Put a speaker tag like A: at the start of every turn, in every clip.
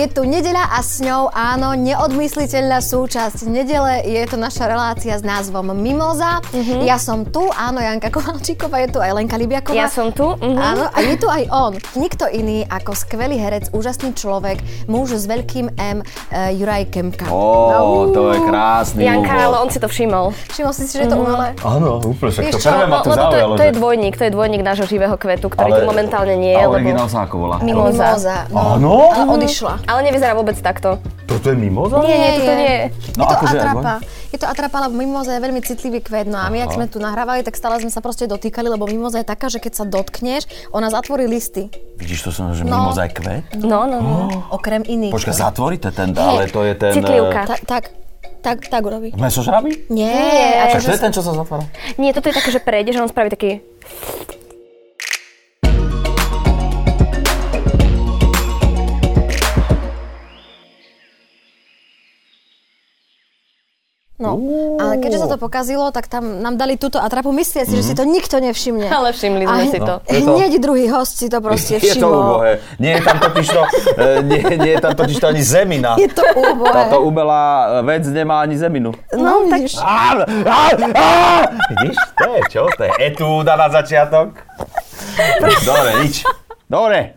A: Je tu nedeľa a s ňou, áno, neodmysliteľná súčasť nedele. Je to naša relácia s názvom Mimoza.
B: Mhm.
A: Mm-hmm. Ja som tu, áno, Janka Kovalčíková, je tu aj Lenka Libiaková.
B: Ja som tu. Mhm.
A: Áno, a je tu aj on. Nikto iný ako skvelý herec, úžasný človek, muž s veľkým M, uh, Juraj Kemka.
C: Ó, to je krásny
B: No. Janka,
C: úvod.
B: ale on si to všimol.
A: Všimol si si, že je to
B: Mhm.
A: umelé?
C: Áno, úplne, však to
B: Vieš čo,
C: prvé ma
B: no,
C: tu
B: lebo to, je,
C: zaujalo.
B: to je
C: že-
B: dvojník, to je dvojník nášho živého kvetu, ktorý
C: Ale-
B: tu momentálne nie je,
C: A
B: lebo...
C: originál sa ako volá?
B: Mimoza.
A: No.
C: Áno?
A: Ale odišla.
B: Ale nevyzerá vôbec takto.
C: Toto je mimoza?
B: Nie, nie, toto
A: je.
B: nie.
C: No,
A: je to
C: akože-
A: atrapa. Je to atrapa, lebo mimoza je veľmi citlivý kvet. No a my, ak
C: Aha.
A: sme tu nahrávali, tak stále sme sa proste dotýkali, lebo mimoza je taká, že keď sa dotkneš, ona zatvorí listy.
C: Vidíš, to som, že
A: No.
C: mimoza je kvet?
B: No, no, no.
C: Oh.
A: Okrem iných.
C: Počkaj, zatvoríte ten,
A: Hej,
C: ale to je ten... e,
B: citlivka.
A: Tak, tak, tak, tak urobí.
C: Sme so žraby?
A: Nie,
B: Nie.
C: Však
A: akože
C: to je ten, čo sa zatvára?
B: Nie, toto je také, že prejdeš a on spraví taký...
A: No, ale keďže sa to pokazilo, tak tam nám dali túto atrapu. Myslíte si, že si to nikto nevšimne.
B: Ale všimli
A: A
B: sme si
A: hne-
B: to.
C: Mhm. No, je to-
A: Hneď druhý host si to proste
C: Je to
A: všimol.
C: úbohé. Nie je tam totiž to, e, nie, nie je tam totiž to ani zemina.
A: Je to úbohé.
C: Táto umelá e, vec nemá ani zeminu.
A: No, vidíš.
C: Á, á, á! Vidíš, to je čo? To je etúda na začiatok. Dobre, nič. Dobre.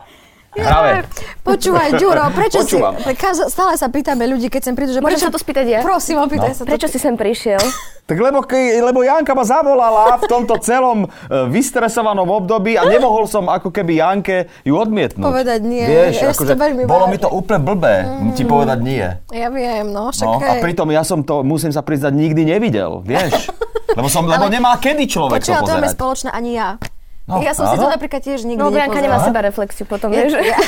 C: Hravé.
A: Počúvaj, Ďuro, prečo
C: Počúvam.
A: si... Kaž, stále sa pýtame ľudí, keď sem prídu, že
B: Môžem
A: prečo...
B: sa to spýtať ja?
A: Prosím, opýtaj
C: No.
A: sa to.
B: No. Prečo si sem prišiel?
C: Tak lebo, ke- lebo Janka ma zavolala v tomto celom e, vystresovanom období a nemohol som ako keby Janke ju odmietnúť. akože
A: Povedať nie, ja si to veľmi
C: bolo
A: vážim.
C: mi to úplne blbé ti povedať nie.
A: Ja viem, no, však
C: No,
A: hej.
C: a pritom ja som to, musím sa priznať, nikdy nevidel, vieš? Lebo som, lebo
A: Ale-
C: nemal kedy človek
A: Počúva,
C: to
A: to máme
C: pozerať.
A: spoločné ani ja.
C: No,
A: ja som si to
C: áno.
A: napríklad tiež nikdy
B: No, lebo Janka nemá
A: nepozerala.
B: seba reflexiu potom,
A: Ja,
B: vieš?
A: ja,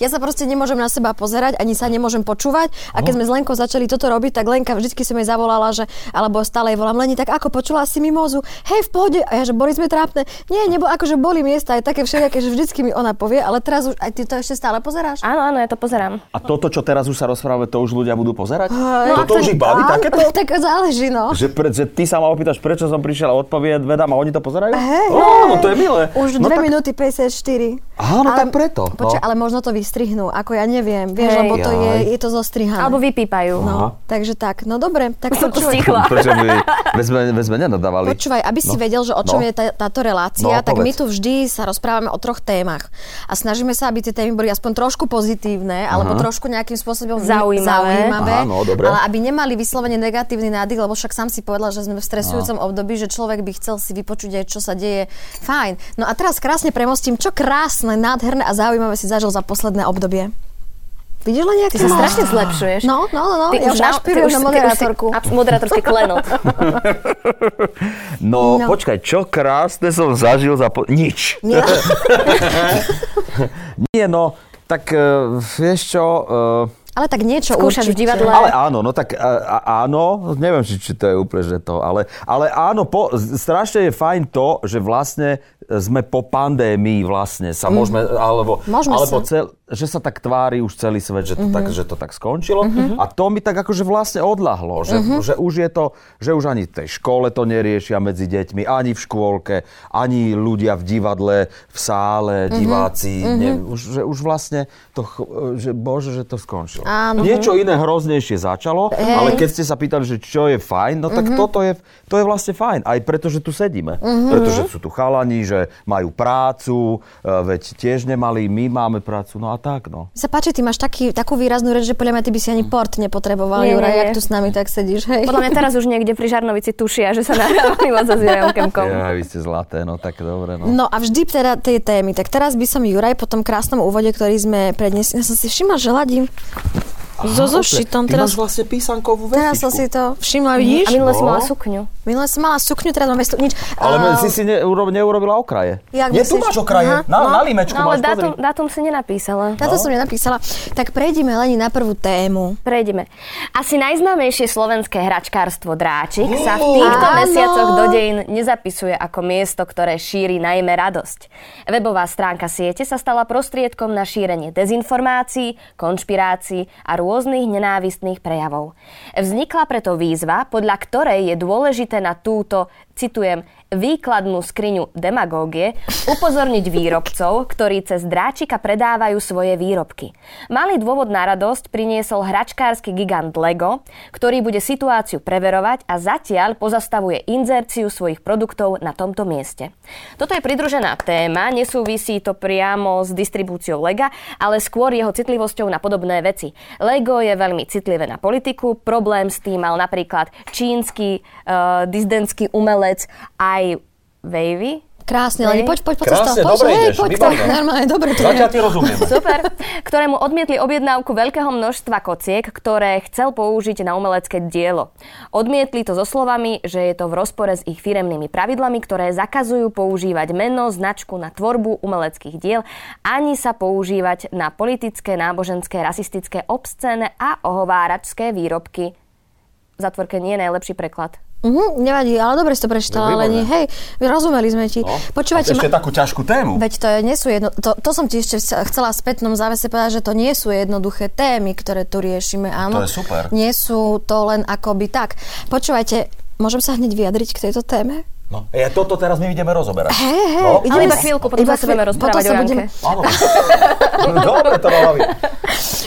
A: ja sa proste nemôžem na seba pozerať, ani sa nemôžem počúvať. A
C: No.
A: keď sme s Lenkou začali toto robiť, tak Lenka vždycky som jej zavolala, že, alebo stále jej volám, Leni, tak ako počula si mimozu? Hej, v pohode. A ja, že boli sme trápne. Nie, nebo akože boli miesta aj také všelijaké, že vždycky mi ona povie, ale teraz už aj ty to ešte stále pozeráš.
B: Áno, áno, ja to pozerám.
C: A toto, čo teraz už sa rozprávame, to už ľudia budú pozerať?
A: Hej.
C: toto No už ich
A: No
C: baví
A: Áno,
C: takéto?
A: Tak záleží, no.
C: Že, pre, že ty sa ma opýtaš, prečo som prišiel a odpovie, vedám a oni to pozerajú?
A: Hej.
C: Ó, no to je milé.
A: Už
C: no,
A: 2
C: tak-
A: minúty 54.
C: Áno, tak preto, no.
A: Počkaj, ale možno to vystrihnú, ako ja neviem, vieš,
B: Hej.
A: lebo to je,
C: Jaj.
A: je to zostrihané.
B: Alebo vypípajú. No.
C: Aha.
A: Takže tak, no dobre, tak
B: Som tu
A: počúvaj.
B: stichla.
C: Prečo by, veď sme, veď sme nenadávali.
A: Počúvaj, aby si
C: No.
A: vedel, že o čom
C: No.
A: je tá, táto relácia,
C: No,
A: tak my
C: povedz.
A: tu vždy sa rozprávame o troch témach. A snažíme sa, aby tie témy boli aspoň trošku pozitívne, alebo trošku nejakým spôsobom vy-
B: Zaujímavé.
A: zaujímavé
C: Aha, no, dobre.
A: ale aby nemali vyslovene negatívny nádych, lebo však sám si povedal, že sme v stresujúcom
C: No.
A: období, že človek by chcel si vypočuť aj, čo sa deje. Fajn. No a teraz krásne premostím, čo krásne, nádherné a zaujímavé si zažil za posledné obdobie. Vidíš len, jak
B: Ty sa strašne zlepšuješ.
A: No, no, no, no.
B: Ty
A: ja už
B: už na-
A: našpirujem na
B: ty už- ty už si-
A: moderátorku.
B: abs- Moderátorský klenot.
C: No,
A: No.
C: počkaj, čo krásne som zažil za... Po... Nič.
A: Nie.
C: Nie, no, tak e, vieš čo... e,
A: Ale tak niečo
B: Skúšaš
A: určite.
B: v divadle.
C: Ale áno, no tak a, a, áno, neviem, či, či to je úplne, že to, ale, ale áno, po, z- strašne je fajn to, že vlastne sme po pandémii vlastne sa môžeme, alebo,
A: Mhm. Môžeme
C: alebo
A: sa. Mhm.
C: Cel, že sa tak tvári už celý svet, že to, tak, že to tak skončilo a to mi tak akože vlastne odľahlo, že,
A: Mhm.
C: že už je to, že už ani v tej škole to neriešia medzi deťmi, ani v škôlke, ani ľudia v divadle, v sále,
A: Mhm.
C: diváci, ne, už, že už vlastne to, ch- že bože, že to skončilo.
A: Áno.
C: Niečo iné hroznejšie začalo, ale keď ste sa pýtali, že čo je fajn, no tak toto je, to je vlastne fajn. Aj preto, že tu sedíme. Pretože sú tu chalani, že majú prácu, e, veď tiež nemali, my máme prácu, no a tak, no.
A: Mi sa páči, ty máš taký, takú výraznú reč, že podľa mňa ty by si ani port nepotreboval,
B: Nie,
A: Jura,
B: nie,
A: jak
B: nie.
A: tu s nami tak sedíš, hej.
B: Podľa mňa teraz už niekde pri Žarnovici tušia, že sa nahrávali moc so Zverejom Kemkom.
C: Ja, vy ste zlaté, no tak dobre, no.
A: No a vždy teda tie témy. Tak teraz by som Juraj po tom krásnom úvode, ktorý sme prednesli, ja som si všimla, že ladím so zošitom.
C: Ty
A: Teraz,
C: máš vlastne písankovú veštičku.
A: teraz som si to všimla,
B: Mhm. A
A: vidíš?
B: minule si
C: No.
B: mala sukňu.
A: Minule som mala sukňu, teraz mám vestu nič.
C: Ale
A: Au.
C: si si neuro, neurobila okraje.
A: Jak
C: Nie, tu
A: myslíš?
C: máš okraje.
A: Aha.
C: Na, na límečku
B: No ale
C: máš, pozri.
B: dátum, dátum si nenapísala.
C: No.
A: Na to som nenapísala. Tak prejdime Leni na prvú tému.
B: Prejdeme. Asi najznámejšie slovenské hračkárstvo Dráčik sa v týchto
A: Áno.
B: mesiacoch do dejín nezapisuje ako miesto, ktoré šíri najmä radosť. Webová stránka siete sa stala prostriedkom na šírenie dezinformácií, konšpirácií a rôznych nenávistných prejavov. Vznikla preto výzva, podľa ktorej je dôležité na túto, citujem, výkladnú skriňu demagógie upozorniť výrobcov, ktorí cez dráčika predávajú svoje výrobky. Malý dôvod na radosť priniesol hračkársky gigant Lego, ktorý bude situáciu preverovať a zatiaľ pozastavuje inzerciu svojich produktov na tomto mieste. Toto je pridružená téma, nesúvisí to priamo s distribúciou Lega, ale skôr jeho citlivosťou na podobné veci. Lego je veľmi citlivé na politiku, problém s tým mal napríklad čínsky uh, dizdentský umelec aj Wavy,
A: Krásne, Leni, poď, poď, poď
C: Krásne,
A: cez to. Poď,
C: dobre
A: hej,
C: ideš,
A: poď to,
C: výborné.
A: normálne, dobre to
C: Zatiaľ
A: je.
C: ti rozumiem.
B: Super. Ktorému odmietli objednávku veľkého množstva kociek, ktoré chcel použiť na umelecké dielo. Odmietli to so slovami, že je to v rozpore s ich firemnými pravidlami, ktoré zakazujú používať meno, značku na tvorbu umeleckých diel, ani sa používať na politické, náboženské, rasistické, obscéne a ohováračské výrobky. V zatvorke nie je najlepší preklad.
A: Mhm, nevadí, ale dobre si to prečítala,
C: No, Výborné.
A: Leni. Hej, rozumeli sme ti.
C: No,
A: Počúvajte,
C: a ešte
A: ma-
C: takú ťažkú tému.
A: Veď to je, nie sú jedno, to, to som ti ešte chcela v spätnom závese povedať, že to nie sú jednoduché témy, ktoré tu riešime, áno.
C: To je super.
A: Nie sú to len akoby tak. Počúvajte, môžem sa hneď vyjadriť k tejto téme?
C: No, ja toto teraz my ideme rozoberať.
A: Hej, hej,
C: No.
A: ideme
B: Ale iba
A: s-
B: chvíľku, potom sa budeme
A: chvíľ-
B: rozprávať
A: potom sa
B: o Janke.
A: budeme-
C: Áno. No, Dobre to malo byť.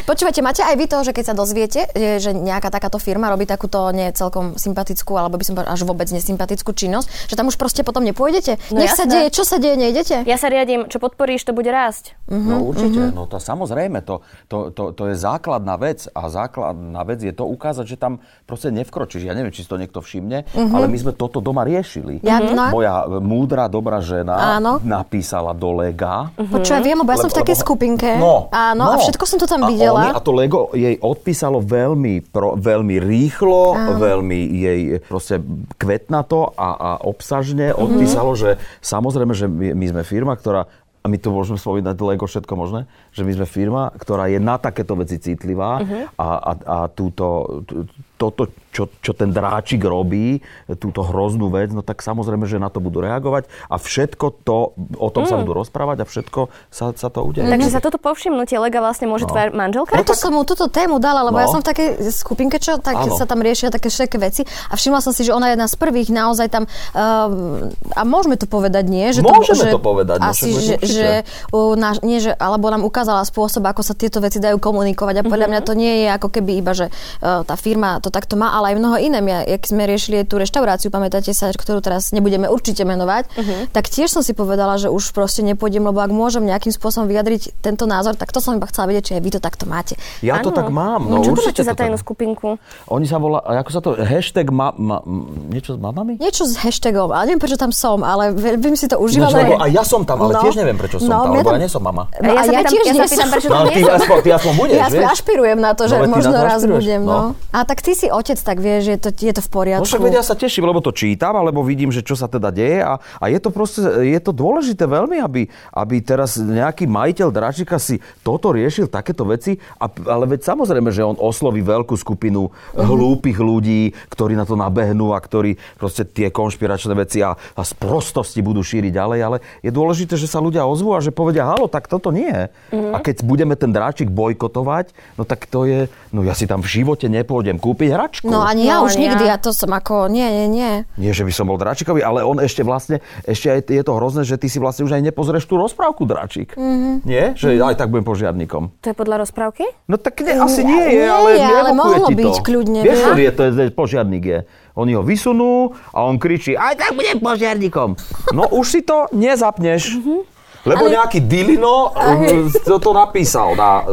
A: Počúvajte, máte aj vy to, že keď sa dozviete, e, že nejaká takáto firma robí takúto nie celkom sympatickú, alebo by som povedala, až vôbec nesympatickú činnosť, že tam už proste potom nepôjdete?
B: No
A: Nech sa deje,
B: jasné.
A: čo sa deje, nejdete?
B: Ja sa riadím, čo podporíš, to bude rásť.
A: Mhm,
C: No určite, no to samozrejme, to, to, to, to je základná vec a základná vec je to ukázať, že tam proste nevkročíš. Ja neviem, či si to niekto všimne, ale my sme toto doma riešili.
A: Mhm. Ja- Mhm. no.
C: Moja e, múdra, dobrá žena
A: Áno.
C: napísala do lega.
A: Počúvaj, viem, lebo ja som v takej skupinke.
C: No,
A: Áno, a
C: no.
A: všetko som to tam
C: a
A: videla.
C: Oni, a to Lego jej odpísalo veľmi, pro, veľmi rýchlo, veľmi jej e, proste kvetnato a, a obsažne
B: Mhm.
C: odpísalo, že samozrejme, že my, my sme firma, ktorá a my tu môžeme spomínať Lego všetko možné, že my sme firma, ktorá je na takéto veci citlivá
B: Mhm.
C: a, a, a túto, t- toto, čo, čo ten dráčik robí, túto hroznú vec, no tak samozrejme, že na to budú reagovať a všetko to, o tom sa budú rozprávať a všetko sa, sa to udeje.
B: Mm. Takže za toto povšimnutie Lega vlastne môže tvoja manželka?
A: Preto som mu túto tému dala, lebo
C: No.
A: ja som v takej skupinke, čo tak
C: Áno.
A: sa tam riešia také všetky veci a všimla som si, že ona je jedna z prvých naozaj tam um, a môžeme to povedať, nie? Že
C: Môžeme
A: že,
C: to povedať, no
A: asi,
C: však
A: že,
C: určite.
A: že, uh, náš, nie, že, alebo nám ukázala spôsob, ako sa tieto veci dajú komunikovať a podľa
B: Mhm.
A: mňa to nie je ako keby iba, že uh, tá firma to takto má, ale aj mnoho iné. Ja, jak sme riešili tú reštauráciu, pamätáte sa, ktorú teraz nebudeme určite menovať,
B: Mhm.
A: tak tiež som si povedala, že už proste nepôjdem, lebo ak môžem nejakým spôsobom vyjadriť tento názor, tak to som iba chcela vedieť, či aj vy to takto máte.
C: Ja to
B: Áno.
C: tak mám. No,
B: čo to
C: určite
B: máte za
C: tak-
B: tajnú skupinku?
C: Oni sa volá, ako sa to, hashtag ma, ma, m- niečo s mamami?
A: Niečo s hashtagom, ale neviem, prečo tam som, ale veľmi si to užívam.
C: Niečo, No, lebo- a ja som tam, ale tiež neviem, prečo som tam,
A: mňa
C: lebo ja nie som mama.
A: No, a
B: sa
A: ja,
B: pýtam,
A: tiež
B: ja
A: nie
B: sa pýtam,
A: som.
B: prečo
C: No
B: tam
C: ale
B: nie
C: ty
B: som.
C: aspoň, ty aspoň budeš,
A: ja
C: vieš?
A: ašpirujem na to, že
C: No, ale ty
A: možno
C: na to
A: raz
C: ašpiruješ,
A: budem. No.
C: no.
A: A tak ty si otec, tak vieš, je to, je to v poriadku.
C: No však veď ja sa teším, lebo to čítam, alebo vidím, že čo sa teda deje a, a je to proste, je to dôležité veľmi, aby, aby teraz nejaký majiteľ dračika si toto riešil, takéto veci, a, ale veď samozrejme, že on osloví veľkú skupinu
A: Mhm.
C: hlúpych ľudí, ktorí na to nabehnú a ktorí proste tie konšpiračné veci a, a z prostosti budú šíriť ďalej, ale je dôležité, že sa ľudia ozvú a že povedia, halo, tak toto nie.
A: Mhm.
C: A keď budeme ten dráčik bojkotovať, no tak to je, no ja si tam v živote nepôjdem kúpiť hračku.
A: No ani ja
B: No,
A: už
B: ani
A: nikdy,
B: ja.
A: ja to som ako, nie, nie, nie.
C: Nie, že by som bol Dráčikový, ale on ešte vlastne, ešte aj je to hrozné, že ty si vlastne už aj nepozrieš tú rozprávku Dráčik. Mm-hmm.
A: Mhm.
C: Nie? Že aj tak budem požiadnikom.
B: To je podľa rozprávky?
C: No tak ne, asi nie,
A: Nie
C: je, ale
A: je, ale
C: neevokuje
A: mohlo
C: ti to.
A: byť kľudne,
C: Vieš,
A: vieš?
C: ktorý je to, je, požiadnik je. Oni ho vysunú a on kričí, aj tak budem požiadnikom. No už si to nezapneš.
A: Mhm.
C: Lebo nejaký Dilino mm, to, to napísal na...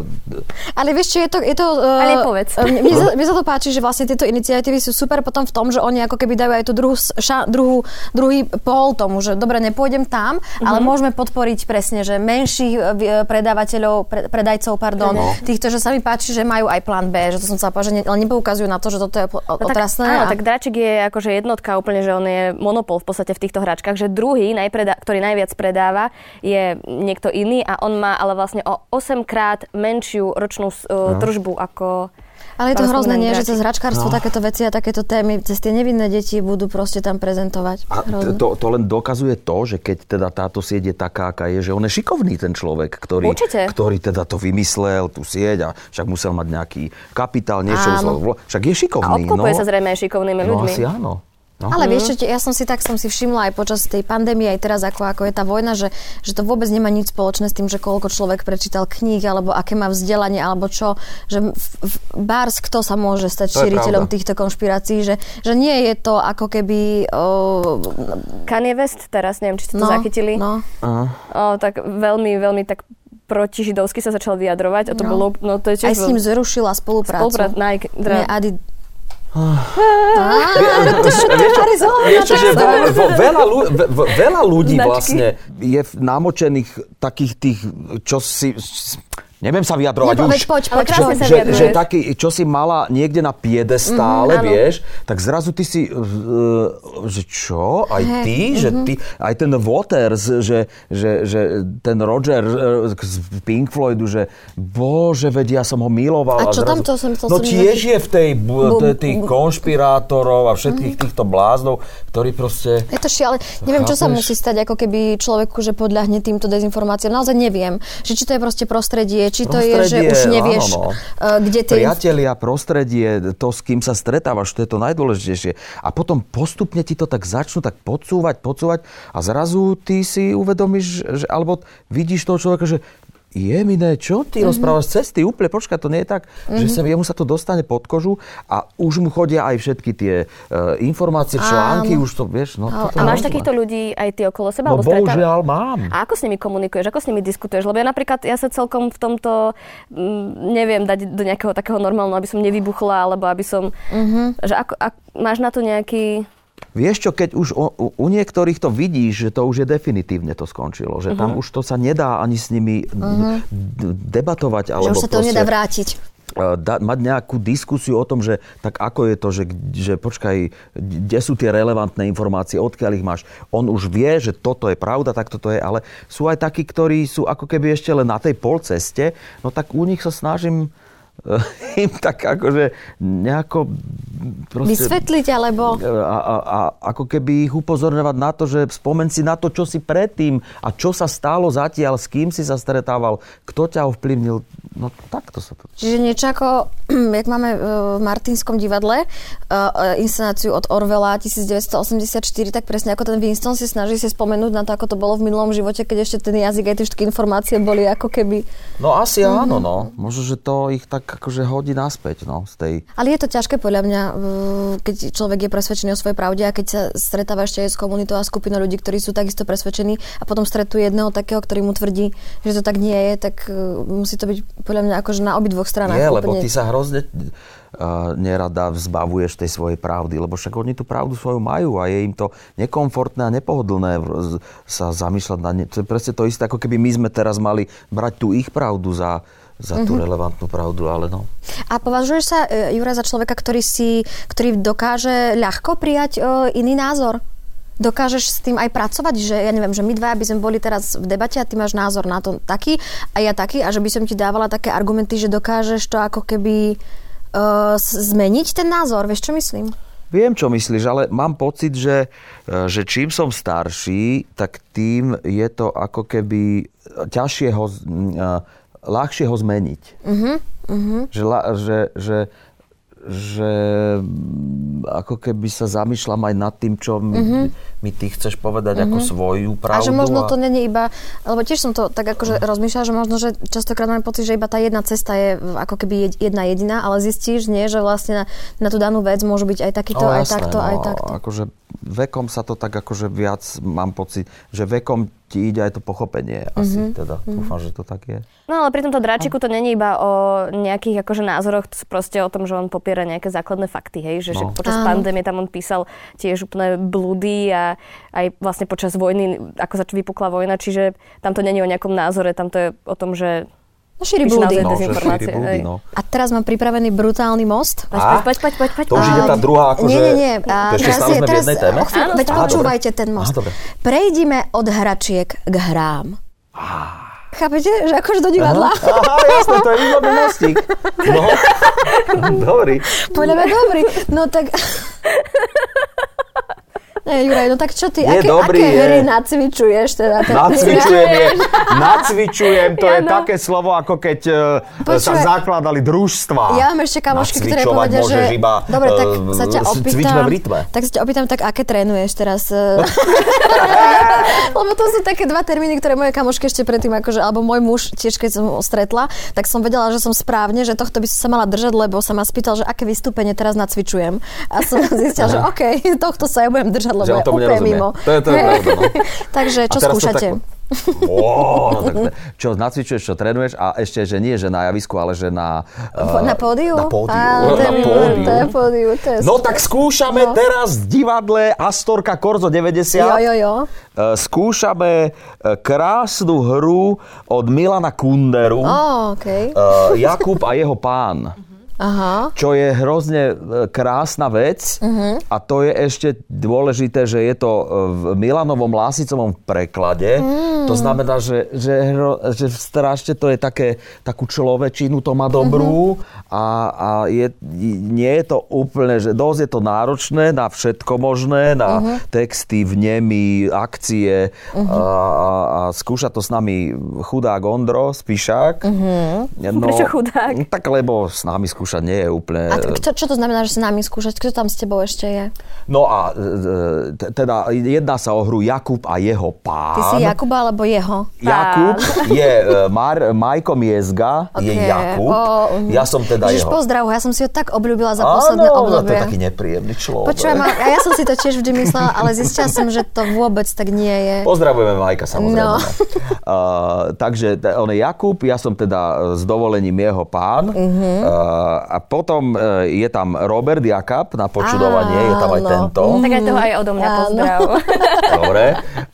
A: Ale vieš čo, je to... Je to uh,
B: Ale povedz.
A: um, Mne, sa, mne sa to páči, že vlastne tieto iniciatívy sú super potom v tom, že oni ako keby dajú aj tú druhú, s- ša, druhú, druhý pol tomu, že dobre, nepôjdem tam, ale
B: Mhm.
A: môžeme podporiť presne, že menších e, vy- e, predávateľov, pre, predajcov, pardon,
C: Mhm.
A: týchto, že sa mi páči, že majú aj plán B, že to som sa páči, že ne, len nepoukazujú na to, že toto je po- o-
B: No tak,
A: otrasné.
B: áno,
A: a-
B: tak Dráčik je akože jednotka úplne, že on je monopol v podstate v týchto hračkách, že druhý, najpreda- ktorý najviac predáva, je niekto iný a on má ale vlastne o 8 krát menšiu ročnú uh, tržbu ako...
A: Ale je to
B: Pán
A: hrozné, nie, že
B: Dráčik.
A: cez hračkárstvo
C: No.
A: takéto veci a takéto témy, cez tie nevinné deti budú proste tam prezentovať.
C: A t-
A: Hrozné.
C: to, to len dokazuje to, že keď teda táto sieť je taká, aká je, že on je šikovný ten človek, ktorý,
B: Určite.
C: ktorý teda to vymyslel, tú sieť a však musel mať nejaký kapitál, niečo
A: Áno.
C: musel, vlo- však je
B: A
C: šikovný.
B: obklopuje
C: no,
B: sa zrejme aj šikovnými
C: no
B: ľuďmi.
C: asi áno.
A: No. Ale vieš čo, ja som si tak som si všimla aj počas tej pandémie, aj teraz ako, ako je tá vojna, že, že to vôbec nemá nič spoločné s tým, že koľko človek prečítal kníh, alebo aké má vzdelanie, alebo čo, že v, v, bárs kto sa môže stať
C: To je
A: šíriteľom
C: pravda.
A: týchto konšpirácií, že, že nie je to ako keby... O,
B: Kanye West teraz, neviem, či ste
A: no,
B: to zachytili.
A: No.
B: O, tak veľmi, veľmi tak protižidovsky sa začal vyjadrovať a to
A: No.
B: bolo, no to je
A: Aj
B: tiež
A: s ním zrušila spoluprácu.
B: spoluprat Nike,
A: Nie,
B: dra-
A: Adi... Á, to čo to Arizona,
C: Ah. Vieš čo,
A: to
C: že
A: je
C: ve- ve- veľa, ľu- ve- ve- veľa ľudí
B: Značky.
C: vlastne je v- namočených takých tých, čo si... Neviem sa
A: Nepo-
C: vyjadrovať už.
A: No, veď poď,
B: Ale
A: poď,
B: krásne
A: poď.
B: sa
C: že,
B: vyjadruješ.
C: že taký, čo si mala niekde na
A: Mhm,
C: piedestále,
B: áno.
C: vieš, tak zrazu ty si, uh, že čo, aj ty, že
A: mhm.
C: ty, aj ten Waters, že, že, že ten Roger eh, z Pink Floydu, že bože, veď ja som ho miloval.
A: A čo
C: zrazu,
A: tam to som- to som
C: No tiež
A: nezachy-
C: je v tej,
A: Bu-
C: bu-
A: Mhm.
C: t- tých konšpirátorov a všetkých týchto bláznov, ktorí proste...
A: Je to šiale. Neviem, čo sa
C: Chápeš?
A: musí stať ako keby človeku, že podľahne týmto dezinformáciám. Naozaj neviem. Že či to je proste prostredie, či to je, že
C: Prostredie,
A: už nevieš,
C: áno, no.
A: eh, kde tie...
C: Priatelia, prostredie, to, s kým sa stretávaš, to je to najdôležitejšie. A potom postupne ti to tak začnú tak podsúvať, podsúvať a zrazu ty si uvedomíš, že, alebo vidíš toho človeka, že jemine, čo ty mm-hmm.
B: Mhm.
C: rozprávaš cesty, úplne počkaj, to nie je tak, mm-hmm. že sem jemu sa to dostane pod kožu a už mu chodia aj všetky tie uh, informácie, články, už to vieš. No,
B: A
C: toto je
B: máš
C: hrozné.
B: takýchto ľudí aj ty okolo seba? alebo
C: No
B: stretávaš-
C: bohužiaľ mám.
B: A ako s nimi komunikuješ, ako s nimi diskutuješ? Lebo ja napríklad, ja sa celkom v tomto mm, neviem dať do nejakého takého normálneho, aby som nevybuchla, alebo aby som...
A: Mhm.
B: Že ako, ak, máš na to nejaký...
C: Vieš čo, keď už o, u, u niektorých to vidíš, že to už je definitívne to skončilo, že tam
A: Mhm.
C: už to sa nedá ani s nimi uh-huh. debatovať
A: Že
C: alebo
A: už sa to
C: proste,
A: nedá vrátiť.
C: eh, da, mať nejakú diskusiu o tom, že tak ako je to, že, že počkaj, kde sú tie relevantné informácie, odkiaľ ich máš. On už vie, že toto je pravda, tak toto je, ale sú aj takí, ktorí sú ako keby ešte len na tej polceste, no tak u nich sa snažím eh, im tak akože nejako proste
A: Vysvetliť, alebo...
C: a, a, a ako keby ich upozorňovať na to, že spomen si na to, čo si predtým a čo sa stalo zatiaľ, s kým si sa stretával, kto ťa ovplyvnil. No takto sa to...
A: Čiže niečo ako, jak máme e, v Martinskom divadle e, e, inscenáciu od Orwella 1984, tak presne ako ten Winston si snaží si spomenúť na to, ako to bolo v minulom živote, keď ešte ten jazyk aj tie všetky informácie boli ako keby...
C: No asi mm-hmm. áno, no. Možno, že to ich tak akože hodí naspäť, no, z tej...
A: Ale je to ťažké podľa mňa, v- keď človek je presvedčený o svojej pravde a keď sa stretáva ešte aj s komunitou a skupinou ľudí, ktorí sú takisto presvedčení a potom stretuje jedného takého, ktorý mu tvrdí, že to tak nie je, tak e, musí to byť podľa mňa akože na obidvoch stranách.
C: Nie, lebo
A: úplne.
C: ty sa hrozne uh, nerada zbavuješ tej svojej pravdy, lebo však oni tú pravdu svoju majú a je im to nekomfortné a nepohodlné v- z- sa zamýšľať na ne. To je presne to isté, ako keby my sme teraz mali brať tú ich pravdu za,
A: Mhm.
C: za tú relevantnú pravdu, ale no.
A: A považuješ sa, e, Jura, za človeka, ktorý, si, ktorý dokáže ľahko prijať e, iný názor? Dokážeš s tým aj pracovať, že ja neviem, že my dva by sme boli teraz v debate a ty máš názor na to taký a ja taký a že by som ti dávala také argumenty, že dokážeš to ako keby uh, zmeniť ten názor, vieš čo myslím?
C: Viem, čo myslíš, ale mám pocit, že, e, že čím som starší, tak tým je to ako keby ťažšie ho, z- m, e, ľahšie ho zmeniť.
A: Mhm,
C: Že, la- že, že, že mm, ako keby sa zamýšľam aj nad tým, čo mi, mi ty chceš povedať ako svoju
A: Mhm. A
C: pravdu.
A: že možno to není iba, lebo tiež som to tak akože rozmýšľala, že možno, že častokrát mám pocit, že iba tá jedna cesta je ako keby jed- jedna jediná, ale zistíš, nie, že vlastne na, na tú danú vec môže byť aj takýto, aj takto, aj takto.
C: No, Akože vekom sa to tak akože viac, mám pocit, že vekom ti ide aj to pochopenie. Asi
A: Mhm,
C: teda, dúfam, že to tak je.
B: No ale pri tomto dráčiku to není iba o nejakých akože názoroch, to sú proste o tom, že on popiera nejaké základné fakty, hej, že, že
C: No.
B: počas
A: Áno.
B: pandémie tam on písal tiež úplne blúdy a aj vlastne počas vojny, ako zač vypukla vojna, čiže tam to není o nejakom názore, tam to je o tom, že...
A: No šíri
B: Píše
A: blúdy.
B: naozaj
C: No, že
B: dezinformácie,
C: štyri blúdy,
B: hej.
C: no.
A: A teraz mám pripravený brutálny most.
B: Poď,
C: A?
B: poď, poď, poď, poď, poď.
C: To už ide tá druhá, akože...
A: Nie, nie, nie.
C: To ešte stále sme v jednej téme?
A: o chvíľu,
B: Áno,
A: veď
B: stále.
A: počúvajte
C: Dobre.
A: ten most.
C: Á, dobre.
A: Prejdime od hračiek k hrám. Chápete, že akože do divadla?
C: Aha, jasné, to je výborný mostík. No, dobrý.
A: Podľa mňa dobrý. No tak... No E, Juraj, no tak čo ty,
C: Je
A: aké,
C: dobrý,
A: aké
C: je.
A: hry nacvičuješ teda?
C: Nacvičujem, je, nacvičujem, to je
B: Áno.
C: také slovo, ako keď e, sa
A: no. Počúvaj.
C: zakladali družstva.
A: Ja mám ešte kamošky, ktoré
C: Nacvičovať
A: povedia, že...
C: môžeš iba,
A: Dobre, tak
C: e,
A: sa ťa
C: s-
A: opýtam...
C: Cvičme v rytme.
A: Tak sa ťa opýtam, tak aké trénuješ teraz? e? Lebo to sú také dva termíny, ktoré moje kamošky ešte predtým, akože, alebo môj muž tiež, keď som ho stretla, tak som vedela, že som správne, že tohto by som sa mala držať, lebo sa ma spýtal, že aké vystúpenie teraz nacvičujem. A som zistila, že OK, tohto sa ja budem držať, lebo
C: Že on
A: ja
C: tomu
A: úplne
C: nerozumie.
A: mimo.
C: To je, to je pravda, no.
A: Takže
C: A
A: čo
C: teraz to
A: skúšate?
C: Tak... Ó, no tak, čo nacvičuješ, čo trénuješ a ešte, že nie, že na javisku, ale že na...
A: Po-
C: eh,
A: Na pódiu?
C: Na pódiu.
A: Á, to je
C: na
A: milé,
C: pódiu.
A: to je pódiu, to je
C: No
A: super.
C: tak skúšame
A: No.
C: teraz v divadle Astorka Korzo 90.
A: Jo, jo, jo.
C: Eh, Skúšame eh, krásnu hru od Milana Kunderu.
A: Ó, okej.
C: Eh, Jakub a jeho pán.
A: Aha.
C: Čo je hrozne eh, krásna vec
B: Mhm.
C: a to je ešte dôležité, že je to eh, v Milanovom Lásicovom preklade.
B: Mm.
C: To znamená, že, že, hro, že v strašne to je také, takú človečinu to má dobrú
B: Mhm.
C: a, a je, nie je to úplne, že dosť je to náročné na všetko možné, na
B: Mhm.
C: texty, vnemy, akcie a, a, a skúša to s nami chudák Ondro, spíšák. No,
B: Mhm. Prečo chudák?
C: Tak lebo s nami skúšať nie je úplne...
A: A t- čo, čo to znamená, že sa nami skúšať? Kto tam s tebou ešte je?
C: No a e, t- teda jedná sa o hru Jakub a jeho pán.
A: Ty si Jakuba alebo jeho?
C: Jakub je e, Mar, Majkom Jezga, je
A: Ok,
C: Jakub.
A: o, mhm.
C: Ja som teda
A: Ježiš,
C: jeho...
A: pozdrav, ja som si ho tak obľúbila za
C: Áno,
A: posledné
C: no to
A: obdobie.
C: je taký nepríjemný človek.
A: Počúvaj ma, a ja som si to tiež vždy myslela, ale zistila som, že to vôbec tak nie je.
C: Pozdravujeme Majka samozrejme.
A: No.
C: No. Uh, takže t- on je Jakub, ja som teda e, s dovolením jeho pán. Uh-huh.
A: Mhm.
C: Uh, a potom uh, je tam Robert Jakab na počudovanie, je tam
A: Áno.
C: aj
A: Mhm.
C: tento.
B: No Tak aj toho aj odo mňa
A: Áno.
B: pozdrav.
C: Dobre. Uh,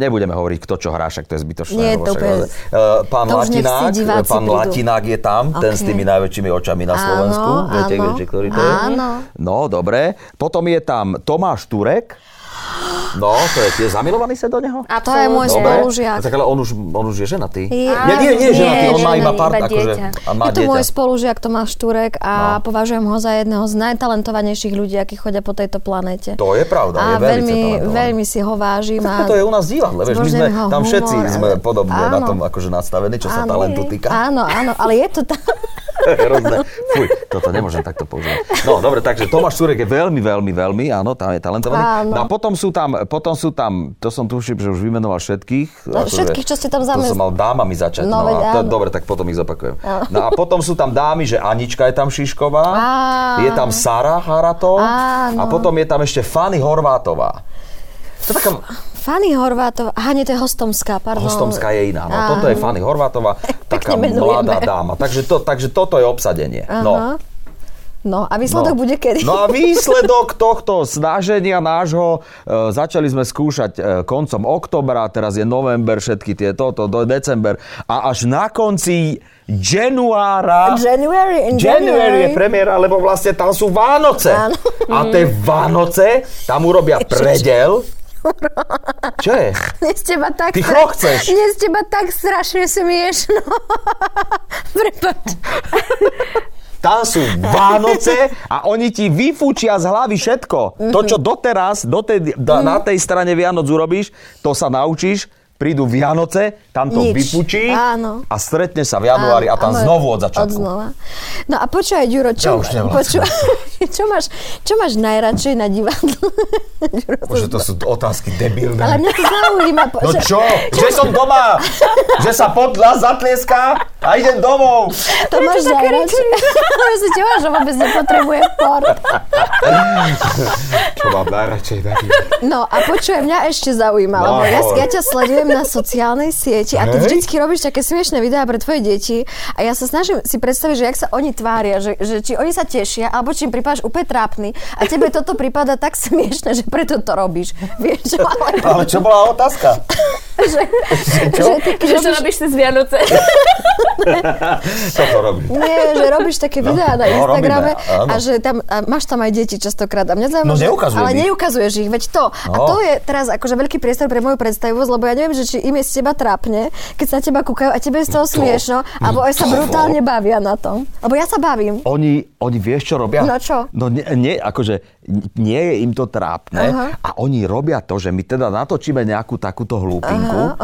C: nebudeme hovoriť, kto čo hrá, však to je zbytočné.
A: Nie,
C: lebo
A: to
C: však-
A: úplne-
C: Eh, pán
A: to už nech si
C: Latinák,
A: diváci
C: pán
A: prídu.
C: Latinák je tam, ten s
A: Ok.
C: tými najväčšími očami na
A: Áno,
C: Slovensku. Viete,
A: áno.
C: viete, ktorý to je?
A: Áno.
C: No, dobre. Potom je tam Tomáš Turek. No, to je tiež zamilovaný sa do neho?
A: To je môj
B: Absolútne.
A: spolu-
C: Dobre.
A: spolužiak.
C: No Tak ale on už, on už je ženatý.
A: Je-
C: nie, nie, nie,
B: Áno,
C: je ženatý,
B: nie,
C: on má
B: ženatý,
C: iba part,
B: iba
C: akože,
B: dieťa.
C: a má
A: Je to
C: dieťa.
A: môj spolužiak Tomáš Turek a
C: No.
A: považujem ho za jedného z najtalentovanejších ľudí, akí chodia po tejto planete.
C: To je pravda,
A: a
C: je veľmi,
A: veľmi, veľmi si ho vážim.
C: No
A: A...
C: to je u nás divadle, vieš, my sme
A: Zbožňujem ho
C: tam všetci
A: humor,
C: sme
A: ale-
C: podobne na
A: áno.
C: tom akože nastavení, čo sa
A: Áno.
C: talentu týka.
A: Áno, áno, ale je to tam.
C: Hrozné. Fuj, toto nemôžem takto používať. No, dobre, takže Tomáš Surek je veľmi, veľmi, veľmi, áno, tam je talentovaný.
A: Áno.
C: No a potom sú tam, potom sú tam, to som tuším, že už vymenoval všetkých.
A: No, všetkých, čo ste tam zamest-
C: To som mal dámami začať.
A: No,
C: No,
A: veď
C: a to,
A: áno.
C: dobre, tak potom ich zopakujem. No a potom sú tam dámy, že Anička je tam Šišková,
A: Á.
C: je tam Sara Haratov
A: Áno.
C: a potom je tam ešte Fanny Horvátová. To je taká
A: Fanny Horvátov, aha, nie, to je hostomská, pardon.
C: hostomská je iná. No, toto je Fanny Horvátová, taká
A: menujeme.
C: mladá dáma. Takže, to, takže toto je obsadenie.
A: Aha.
C: No.
A: No a výsledok bude kedy?
C: No a výsledok tohto snaženia nášho, e, začali sme skúšať e, koncom oktobra, teraz je november, všetky tie toto, do december a až na konci januára...
A: January, in
C: January je premiéra, lebo vlastne tam sú Vánoce.
A: Áno.
C: A tie Vánoce tam urobia predel. Čo je?
A: Nie z teba tak...
C: Ty chrochceš.
A: Nie z teba tak strašne smiešno. Prepač.
C: Tam sú Vánoce a oni ti vyfúčia z hlavy všetko. To, čo doteraz do tej, da,
A: Mhm.
C: na tej strane Vianoc urobíš, to sa naučíš, prídu Vianoce, tam to
A: Nič.
C: vyfučí
A: Áno.
C: a stretne sa v januári a tam
A: áno,
C: znovu od
A: Od
C: začiatku.
A: znova. No a počúvaj, Ďuro, čo,
C: Ja už nevládzem.
A: počúvaj, čo, máš, čo máš najradšej na divadle? Ďuro, to-
C: Bože, to sú otázky debilné.
A: ale mňa to zaujíma. po-
C: No
A: že-
C: čo? Že som doma! Že sa podľa zatlieska a idem domov!
A: To máš najradšej. Ja si teba, že vôbec nepotrebuje por.
C: Čo mám najradšej na
A: No a počujem, mňa ešte zaujíma,
C: No,
A: lebo ja,
C: hovor.
A: ja ťa sledujem na sociálnej sieti a ty
C: Hej.
A: vždycky robíš také smiešné videá pre tvoje deti a ja sa snažím si predstaviť, že jak sa oni tvária, že, že či oni sa tešia, alebo či im pripáš úplne trápny a tebe toto prípada tak smiešne, že preto to robíš. Vieš čo?
C: Ale čo bola otázka?
A: že,
C: Čo?
A: že, ty,
B: Že čo
A: robíš,
B: robíš cez Vianoce?
C: Čo to robí?
A: nie, že robíš také videá na
C: no,
A: Instagrame
C: robíme, áno.
A: a že tam, a máš tam aj deti častokrát. A mňa zaujíma,
C: No,
A: že-
C: neukazujem
A: ale
C: ich.
A: neukazuješ ich, veď to. A
C: No.
A: to je teraz akože veľký priestor pre moju predstavivosť, lebo ja neviem, že či im je z teba trápne, keď sa na teba kúkajú a tebe je z toho smiešno, alebo aj sa brutálne bavia na tom. Lebo ja sa bavím.
C: Oni, oni vieš, čo robia?
A: No čo?
C: No nie, nie akože nie je im to trápne a oni robia to, že my teda natočíme nejakú takúto hlúpinku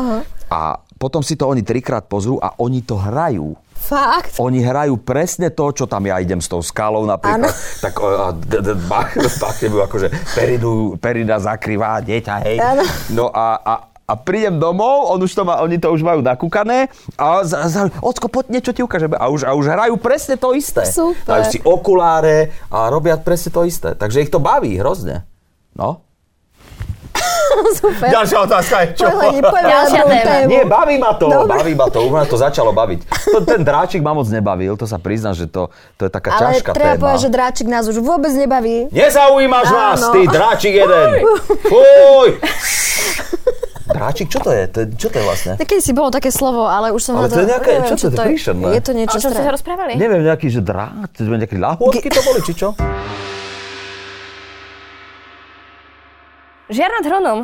C: a potom si to oni trikrát pozrú a oni to hrajú.
A: Fakt?
C: Oni hrajú presne to, čo tam ja idem s tou skalou napríklad. Ano. Tak o, a d- d- bach, bach, mu akože perinu, perina zakrýva dieťa, hej.
A: Áno.
C: No a, a a prídem domov, on už to má, oni to už majú nakúkané a za, za, ocko, poď niečo ti ukážeme. A už, a už hrajú presne to isté.
A: Super.
C: Dajú si okuláre a robia presne to isté. Takže ich to baví hrozne. No.
A: Super.
C: Ďalšia otázka je čo?
A: Poďme, poďme na
B: Ďalšia
A: druhú
B: téma.
A: tému.
C: Nie, baví ma to,
A: Dobre.
C: baví ma to, už ma to začalo baviť. To, ten dráčik ma moc nebavil, to sa priznam, že to, to je taká
A: Ale
C: ťažká
A: treba
C: téma.
A: povedať, že dráčik nás už vôbec nebaví.
C: Nezaujímaš
A: Áno.
C: nás, ty dráčik jeden! Fuj! Dráčik, čo to je? To je čo to je vlastne?
A: Tak Keď si bolo také slovo, ale už som
C: Ale to je
A: hľadala-
C: nejaké-
A: neviem,
C: čo to je, príšerné.
A: Je to niečo
B: O čom ste
A: stra-
B: sa rozprávali?
C: Neviem, nejaký, že drát, to je nejaké lahôdky to boli, či čo?
B: Žiar nad hronom.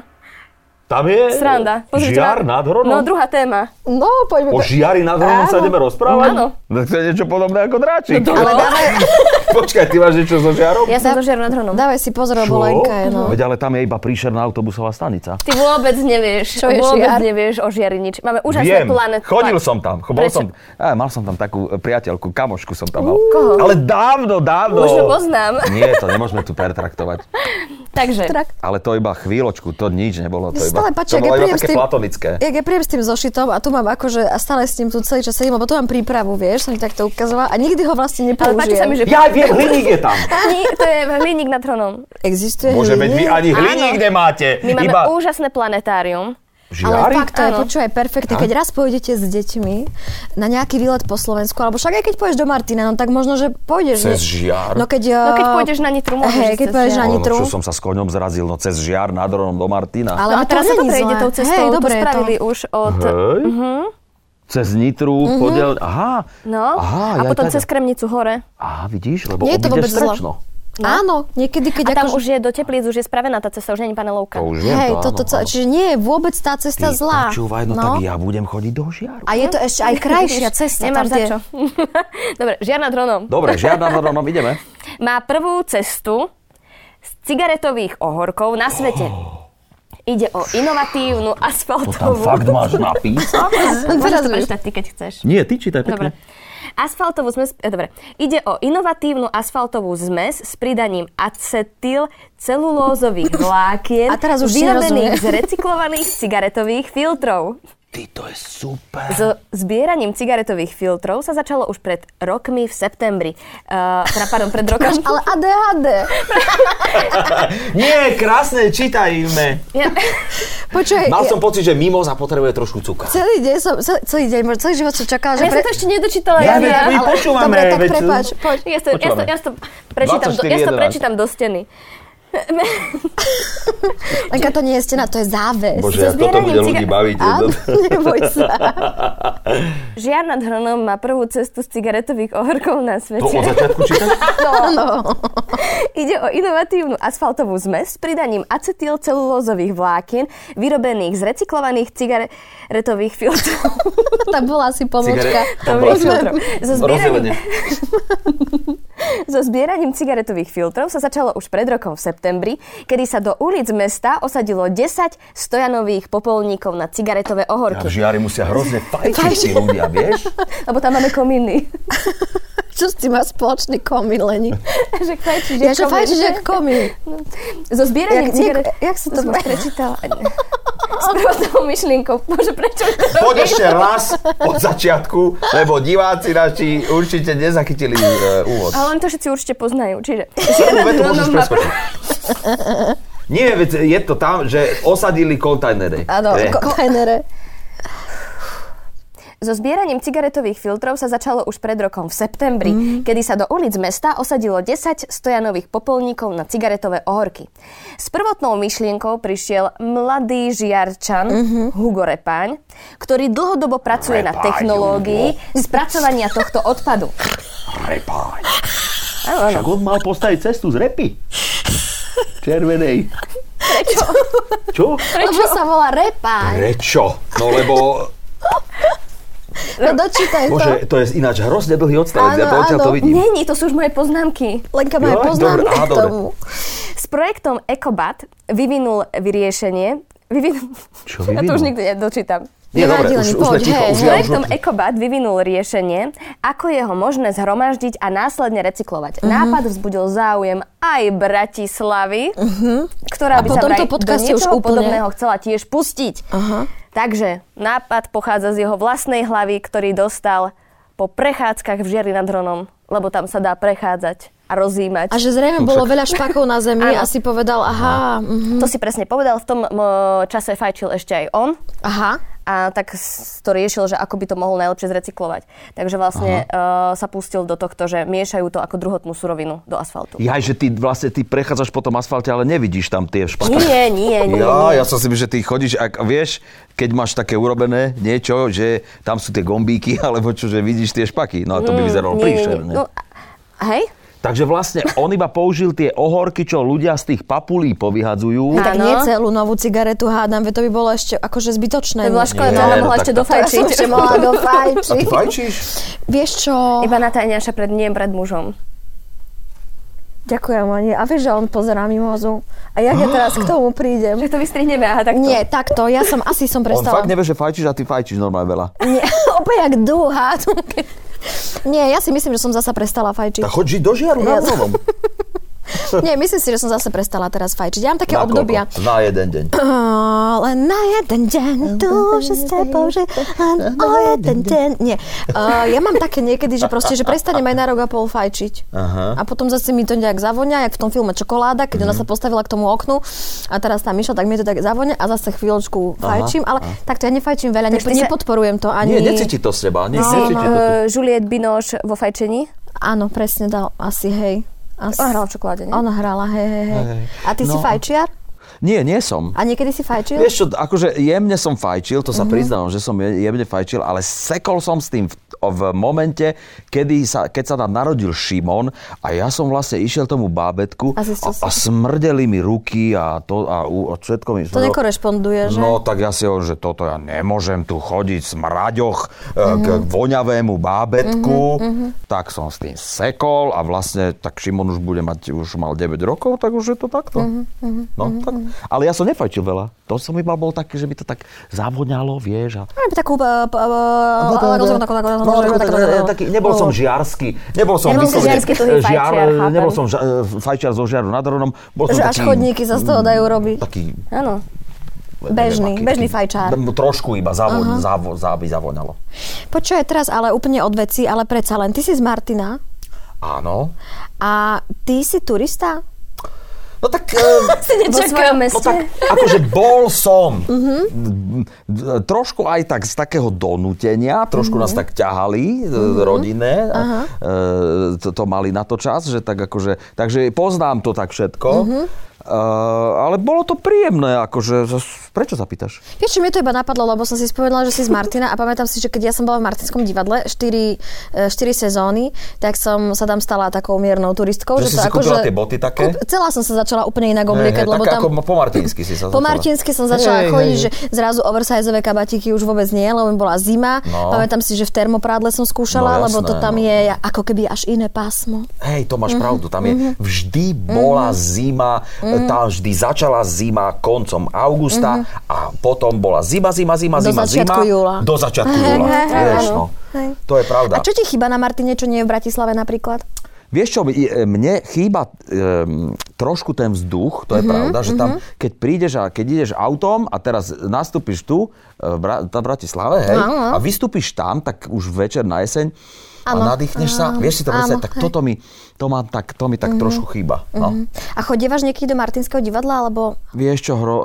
C: Tam je
B: Sranda. Pozrite
C: Eh, žiar
B: na-
C: nad hronom.
B: No, druhá téma.
A: No, poďme.
C: O žiari nad hronom
A: Áno.
C: sa ideme rozprávať?
B: Áno.
C: Tak to je niečo podobné ako dráčik.
B: No,
A: Ale dávaj,
C: Počkaj, ty máš niečo so žiarom?
B: Ja som zo žiaru nad hronom.
A: dávaj si pozor, lebo Lenka je, no.
C: Veď ale tam je iba príšerná autobusová stanica.
B: Ty vôbec nevieš,
A: Čo je
B: vôbec
A: žiar?
B: nevieš o žiari nič. Máme úžasné
C: Viem,
B: planet.
C: chodil som tam. Bol
B: Prečo?
C: som, á, mal som tam takú e, priateľku, kamošku som tam mal.
B: Koho?
C: Ale dávno, dávno.
B: Už ju poznám.
C: Nie, to nemôžeme tu pertraktovať.
B: Takže,
A: Trak.
C: Ale to iba chvíľočku, to nič nebolo. To, iba,
A: Stále páči, ak ja
C: to bolo iba
A: prídem s
C: také
A: tým-
C: platonické.
A: Jak ja príjem s tým zošitom a tu mám akože, a stále s ním tu celý čas sedím, lebo tu mám prípravu, vieš, som ti takto ukazovala a nikdy ho vlastne
B: ale
A: nepoužijem.
B: páči sa mi, že...
C: Ja aj viem, hliník je tam.
B: Hli- to je hliník nad hronom.
A: Existuje
C: Bože, veď vy
A: hliník?
C: ani hliník nemáte.
B: My máme
C: iba
B: úžasné planetárium.
A: Ale
C: žiari?
A: fakt to je,
B: Áno.
A: počúvaj, perfektne. Keď raz pôjdete s deťmi na nejaký výlet po Slovensku, alebo však aj keď pôjdeš do Martina, no tak možno, že pôjdeš...
C: Cez
A: nie-
C: žiar?
A: No keď,
B: No keď pôjdeš na Nitru, môžeš
A: Hej,
B: ísť
A: keď
B: cez
A: pôjdeš
B: žiar.
A: na
C: Ale no,
A: Nitru.
C: čo som sa s koňom zrazil, no cez žiar nad Ronom do Martina.
A: Ale
B: No a
A: to
B: teraz sa to
A: není
B: prejde
A: zlé.
B: tou cestou,
A: Hej,
B: to
A: dobre,
B: spravili už od...
C: Hej?
A: Mhm.
C: Cez Nitru, podiel... Aha,
B: No,
C: aha,
B: a
C: ja
B: potom
C: tak-
B: cez Kremnicu hore.
C: Aha, vidíš, lebo
A: Nie je to
C: obídeš
A: vôbec zle.
C: strečno.
A: Áno, niekedy, keď
B: No. A tam
A: akože-
B: už je do Teplíc, už je spravená tá cesta, už není panelovka.
C: To už je
A: Hej,
C: to,
A: toto,
C: áno,
A: celé-
C: áno.
A: čiže nie je vôbec tá
C: Ty
A: cesta zlá.
C: Počúvaj, no, tak ja budem chodiť do žiaru.
A: A je to ešte aj krajšia
B: Vidíš,
A: cesta.
B: Nemáš
A: tam,
B: Mhm.
A: kde-
B: za čo. Dobre, žiar nad hronom.
C: Dobre, no, žiadna norma, ideme.
B: Má prvú cestu z cigaretových ohorkov na svete. Ide o inovatívnu asfaltovú...
C: No máš napísať?
B: Môžeš
A: Teraz
B: to
A: ju.
B: prečítať ty, keď chceš.
C: Nie, ty čítaj
B: Dobre.
C: pekne.
B: Asfaltovú zmes... eh, Dobre. Ide o inovatívnu asfaltovú zmes s pridaním acetyl celulózových vlákien
A: A teraz už
B: vyrobených
A: nerozumie.
B: z recyklovaných cigaretových filtrov.
C: Ty, to je super.
B: So zbieraním cigaretových filtrov sa začalo už pred rokmi v septembri. Uh, teda, pardon, pred rokom.
A: No, Ale ADHD.
C: Nie, krásne, čítajme.
B: Ja,
A: Počuj,
C: Mal
A: ja-
C: som pocit, že mimoza potrebuje trošku cukra.
A: celý deň som, celý, celý deň, možno celý život som čakala, že...
B: ja som to ešte nedočítala.
C: Ja
B: Ja,
C: viem, my
B: ja,
A: ale-
C: počúvame,
A: Dobre, tak
C: veď-
A: prepáč, poď.
B: ja, to, ja, to, ja, to prečítam, do, ja to
C: 24.11.
B: prečítam do steny.
A: Lenka, to nie je stena, to je záves.
C: Bože, ak toto bude ľudí baviť. je
A: Áno,
C: to-
A: neboj sa.
B: Žiar nad hronom má prvú cestu z cigaretových ohorkov na svete.
C: To od začiatku čítať?
B: No.
A: Áno.
B: Ide o inovatívnu asfaltovú zmes s pridaním acetylcelulózových vlákien vyrobených z recyklovaných cigaretových filtrov.
A: Tam bola asi pomočka.
C: Cigaret- tam bola
A: Už
C: filtr.
A: len-
B: So zbieraním,
C: Rozdelenie.
B: so zbieraním cigaretových filtrov sa začalo už pred rokom v septembri, kedy sa do ulic mesta osadilo 10 stojanových popolníkov na cigaretové
C: A
B: ohorky.
C: v žiari musia hrozne fajčiť tí ľudia, vieš?
B: Lebo tam máme kominy.
A: Čo s tým má spoločný komín, Leni?
B: že fajčíš,
A: Ja že fajčíš jak komín.
B: So zbieraním
A: Jak- nie-
B: cigaret...
A: jak sa to
B: som
A: volá?
B: prečítala. S prvotnou myšlienkou. Bože, prečo to
C: Poď
B: robíš?
C: ešte raz od začiatku, lebo diváci naši určite nezachytili e, úvod.
B: Ale oni to všetci určite poznajú. Čiže No,
C: Prvú
B: žiadna
C: vetu môžeš
B: dronom má
C: preskočiť. No, Nie, veď je to tam, že osadili kontajnery.
A: Áno,
C: Je.
A: kontajnere.
B: So zbieraním cigaretových filtrov sa začalo už pred rokom v septembri, mm. kedy sa do ulic mesta osadilo 10 stojanových popolníkov na cigaretové ohorky. S prvotnou myšlienkou prišiel mladý žiarčan mm-hmm. Hugo Repaň, ktorý dlhodobo pracuje na
C: Repáň,
B: technológii spracovania tohto odpadu.
C: Prepáč.
B: Áno, áno.
C: Však on mal postaviť cestu z repy. Červenej. Prečo? Čo?
A: Lebo sa volá repáň.
C: Prečo? No lebo,
A: No dočítaj to.
C: bože, to je ináč hrozne dlhý odstavec, ja to
A: Áno,
C: odtiaľ to
A: áno.
C: vidím.
B: Není, to sú už moje poznámky.
A: Lenka má aj
C: Joj, dobre,
A: poznámky
C: aha,
A: k
C: dobre.
A: tomu.
B: S projektom Ecobat vyvinul vyriešenie, vyvinul,
C: Čo
B: ja to už
C: vyvinul?
B: nikdy nedočítam.
C: Nie, dobre,
A: Nevadilo
C: už,
A: mi,
C: už sme
A: poď,
C: ticho,
A: hej, hej.
C: už ja už...
B: Projektom Ecobat vyvinul riešenie, ako je ho možné zhromaždiť a následne
A: Mhm.
B: recyklovať. Nápad vzbudil záujem aj Bratislavy, ktorá
A: Mhm. A
B: by
A: po
B: sa
A: tomto
B: vraj do
A: podcaste už
B: niečoho
A: úplne-
B: podobného chcela tiež pustiť.
A: Aha.
B: Takže nápad pochádza z jeho vlastnej hlavy, ktorý dostal po prechádzkach v Žiari nad Hronom, lebo tam sa dá prechádzať a rozímať.
A: A že zrejme bolo veľa špakov na zemi a
B: Áno.
A: si povedal, aha, mhm,
B: To si presne povedal, v tom m, čase fajčil ešte aj on
A: aha.
B: a tak s- to riešil, že ako by to mohol najlepšie zrecyklovať. Takže vlastne uh, sa pustil do tohto, že miešajú to ako druhotnú surovinu do asfaltu.
C: Jaj, že ty vlastne ty prechádzaš po tom asfalte, ale nevidíš tam tie špaky.
B: Nie, nie,
A: no,
B: nie.
C: Ja,
B: nie.
C: ja som si myslel, že ty chodíš, ak vieš, keď máš také urobené niečo, že tam sú tie gombíky, alebo čo, že vidíš tie špaky. No a
A: Mm,
C: to by vyzeralo
B: Nie, nie, nie.
C: príšerne.
B: No, a- hej?
C: Takže vlastne on iba použil tie ohorky, čo ľudia z tých papulí povyhadzujú.
B: Ha.
A: No Tak
B: Áno.
A: nie celú novú cigaretu hádam, veď to by bolo ešte akože zbytočné.
B: To by bola škoda, to
C: Nie,
B: ona
C: no
B: mohla
C: tak
B: ešte
A: Ja
C: to-
A: som
B: dofajčiť.
A: ešte mohla do fajči.
C: fajčíš?
A: Vieš čo?
B: Iba natajňaša pred nie pred mužom.
A: Ďakujem, Ani. A vieš, že on pozerá mimozu. A jak ja teraz k tomu prídem?
B: Že to vystrihneme, aha, tak
A: Nie, takto, ja som, asi som
C: On
A: prestala.
C: fakt nevie, že fajčíš a ty fajčíš normálne veľa.
A: Nie, opäť jak dúha. Nie, ja si myslím, že som zasa prestala fajčiť.
C: Tak choď žiť do žiaru na
A: Ja-
C: novom.
A: Nie, myslím si, že som zase prestala teraz fajčiť. Ja mám také
C: Na koľko?
A: obdobia.
C: Na jeden deň.
A: Oh, len na jeden deň, duše s tebou, že len o jeden deň. Nie, uh, ja mám také niekedy, že proste, že prestanem aj na rok a pol fajčiť.
C: Aha.
A: A
C: Mhm.
A: potom zase mi to nejak zavonia, jak v tom filme Čokoláda, keď ona sa postavila k tomu oknu a teraz tam išla, tak mi to tak zavonia a zase chvíľočku fajčím, ale takto ja nefajčím veľa,
B: Takže
A: nepo,
B: ty sa-
A: nepodporujem to ani... No,
C: Nie, necíti to z teba. Nie,
B: Si
C: necíti to.
B: uh, Juliette Binoche vo fajčení?
A: Áno, presne dal, asi hej. Asi.
B: Ona hrala v čokoláde, nie?
A: Ona hrala, hej, hej, hej.
C: Hej.
A: A ty si
C: No.
A: fajčiar?
C: Nie, nie som.
A: A niekedy si fajčil? Mhm.
C: Vieš čo, akože jemne som fajčil, to sa priznám, že som je- jemne fajčil, ale sekol som s tým v, v momente, kedy sa, keď sa nám narodil Šimon a ja som vlastne išiel tomu bábetku
A: A zistil si.
C: a, a smrdeli mi ruky a, to, a, u- a všetko mi...
A: To nekorešponduje, že?
C: No tak ja si hovorím, že toto ja nemôžem tu chodiť smraďoch uh-huh. k
B: Mhm.
C: voňavému bábetku. Tak som s tým sekol a vlastne tak Šimon už bude mať, už mal 9 rokov, tak už je to takto.
B: Mhm,
C: No, tak. Ale ja som nefajčil veľa. To som iba bol taký, že mi to tak zavoňalo, vieš. A... No,
A: Máme takú... eh, p- eh,
C: Taký, nebol som žiarsky, nebol som
B: Nebol si
C: vyslovene
B: žiarsky tuhý
C: žiar- eh,
B: fajčiar, chápem.
C: nebol som ža- eh, fajčiar zo žiaru nad Hronom, bol som
A: Že až
C: taký,
A: chodníky sa z toho dajú robiť.
C: taký
B: Áno.
C: neviem,
A: Bežný, bežný fajčár.
C: M- Trošku iba zavoň, zavo, zá, aby zavoňalo.
A: Počúaj teraz, ale úplne od veci, ale predsa len. Ty si z Martina
C: Áno.
A: a ty si turista?
C: No tak... e,
B: Si
A: nečakám.
C: No tak, akože bol som.
A: Mhm.
C: D- d- Trošku aj tak z takého donútenia, trošku nás
A: Mhm.
C: tak ťahali e, rodinné. a, e, To, to mali na to čas, že tak akože... Takže poznám to tak všetko.
A: Mhm.
C: E, ale bolo to príjemné, akože... zas- Prečo sa pýtaš?
A: Vieš, čo mi to iba napadlo, lebo som si spomenula, že si z Martina a pamätám si, že keď ja som bola v Martinskom divadle 4, 4 sezóny, tak som sa tam stala takou miernou turistkou.
C: Že si
A: to akože
C: si kúpila tie boty také?
A: Celá som sa začala úplne inak obliekať,
C: Hej, hej,
A: lebo
C: taká
A: tam...
C: ako po martinsky si sa
A: Po
C: začala.
A: martinsky som začala
C: Hej,
A: chodiť,
C: hej,
A: že zrazu oversizeové kabatiky už vôbec nie, lebo mi bola zima.
C: No.
A: Pamätám si, že v termoprádle som skúšala,
C: No,
A: lebo to
C: jasné,
A: tam
C: no.
A: je ako keby až iné pásmo.
C: Hej, to
A: Mhm.
C: máš pravdu, tam je vždy bola zima,
A: Mhm.
C: tá vždy začala zima koncom augusta a potom bola zima, zima, zima,
A: Do
C: zima,
A: začiatku
C: zima.
A: júla.
C: Do začiatku
A: Hej,
C: júla.
A: hej, hej,
C: Vieš,
A: áno.
C: no.
A: Hej.
C: To je pravda.
A: A čo ti chýba na Martine, čo nie je v Bratislave napríklad?
C: Vieš čo, i- e, mne chýba um, trošku ten vzduch,
A: Mhm,
C: to je pravda, že tam, keď prídeš a keď ideš autom a teraz nastúpiš tu, e, v Bra- tá v Bratislave, hej,
A: Áno.
C: a vystúpiš tam, tak už večer na jeseň,
A: no. Áno.
C: a nadýchneš sa,
A: Áno,
C: vieš si to predstaviť,
A: áno,
C: tak
A: hej. Mhm.
C: toto mi, to, má, tak, to mi tak trošku chýba. No.
A: A chodievaš niekedy do Martinského divadla, alebo...
C: Vieš čo, hro,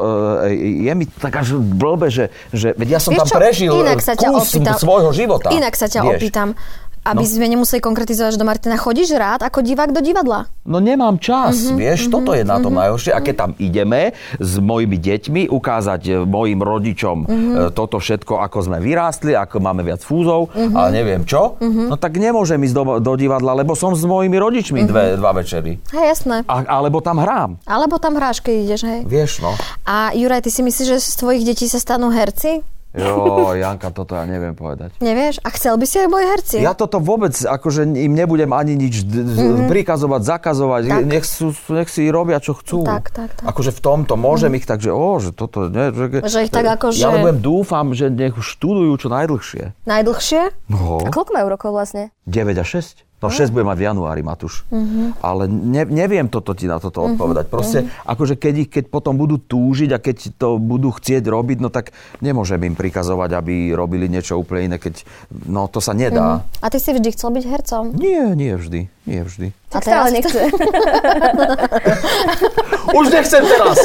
C: e, je mi tak až blbe, že, že veď ja som
A: Vieš
C: tam
A: čo,
C: prežil
A: inak sa ťa
C: kus
A: opýtam,
C: svojho života.
A: Inak sa ťa
C: vieš.
A: opýtam, aby
C: No.
A: sme nemuseli konkretizovať, že do Martina chodíš rád ako divák do divadla.
C: No nemám čas,
A: Mhm,
C: vieš, toto je na tom najhoršie. A keď tam ideme s mojimi deťmi ukázať e, mojim rodičom
A: Mhm.
C: e, toto všetko, ako sme vyrástli, ako máme viac fúzov
A: Mhm.
C: a neviem čo, no tak nemôžem ísť do, do divadla, lebo som s mojimi
A: Mhm.
C: rodičmi dve, dva večery.
A: Hej, jasné.
C: A, alebo tam hrám,
A: Alebo tam hráš, keď ideš, hej.
C: vieš, no.
A: A Juraj, ty si myslíš, že z tvojich detí sa stanú herci?
C: Jo, Janka, toto ja neviem povedať.
A: Nevieš? A chcel by si aj boli herci?
C: Ja toto vôbec, akože im nebudem ani nič d- mm-hmm. prikazovať, zakazovať,
A: Mhm. Tak.
C: nech, sú, nech si robia, čo chcú.
A: Tak, tak, tak. Mhm.
C: Akože v tomto môžem ich tak, že o, že toto, ne, že,
A: Že ich tak akože-
C: Ja len budem dúfam, že nech už študujú čo najdlhšie.
A: Najdlhšie?
C: No,
B: A koľko majú rokov vlastne?
C: 9 a 6. No 6 bude mať v januári, Matúš.
A: Mhm.
C: Ale ne, neviem toto ti na toto odpovedať. Proste, akože keď, ich, keď potom budú túžiť a keď to budú chcieť robiť, no tak nemôžem im prikazovať, aby robili niečo úplne iné, keď, no to sa nedá.
A: A ty si vždy chcel byť hercom?
C: Nie, nie vždy, nie vždy.
A: A
B: Tak stále
A: teraz
B: nechce.
C: Už nechcem teraz,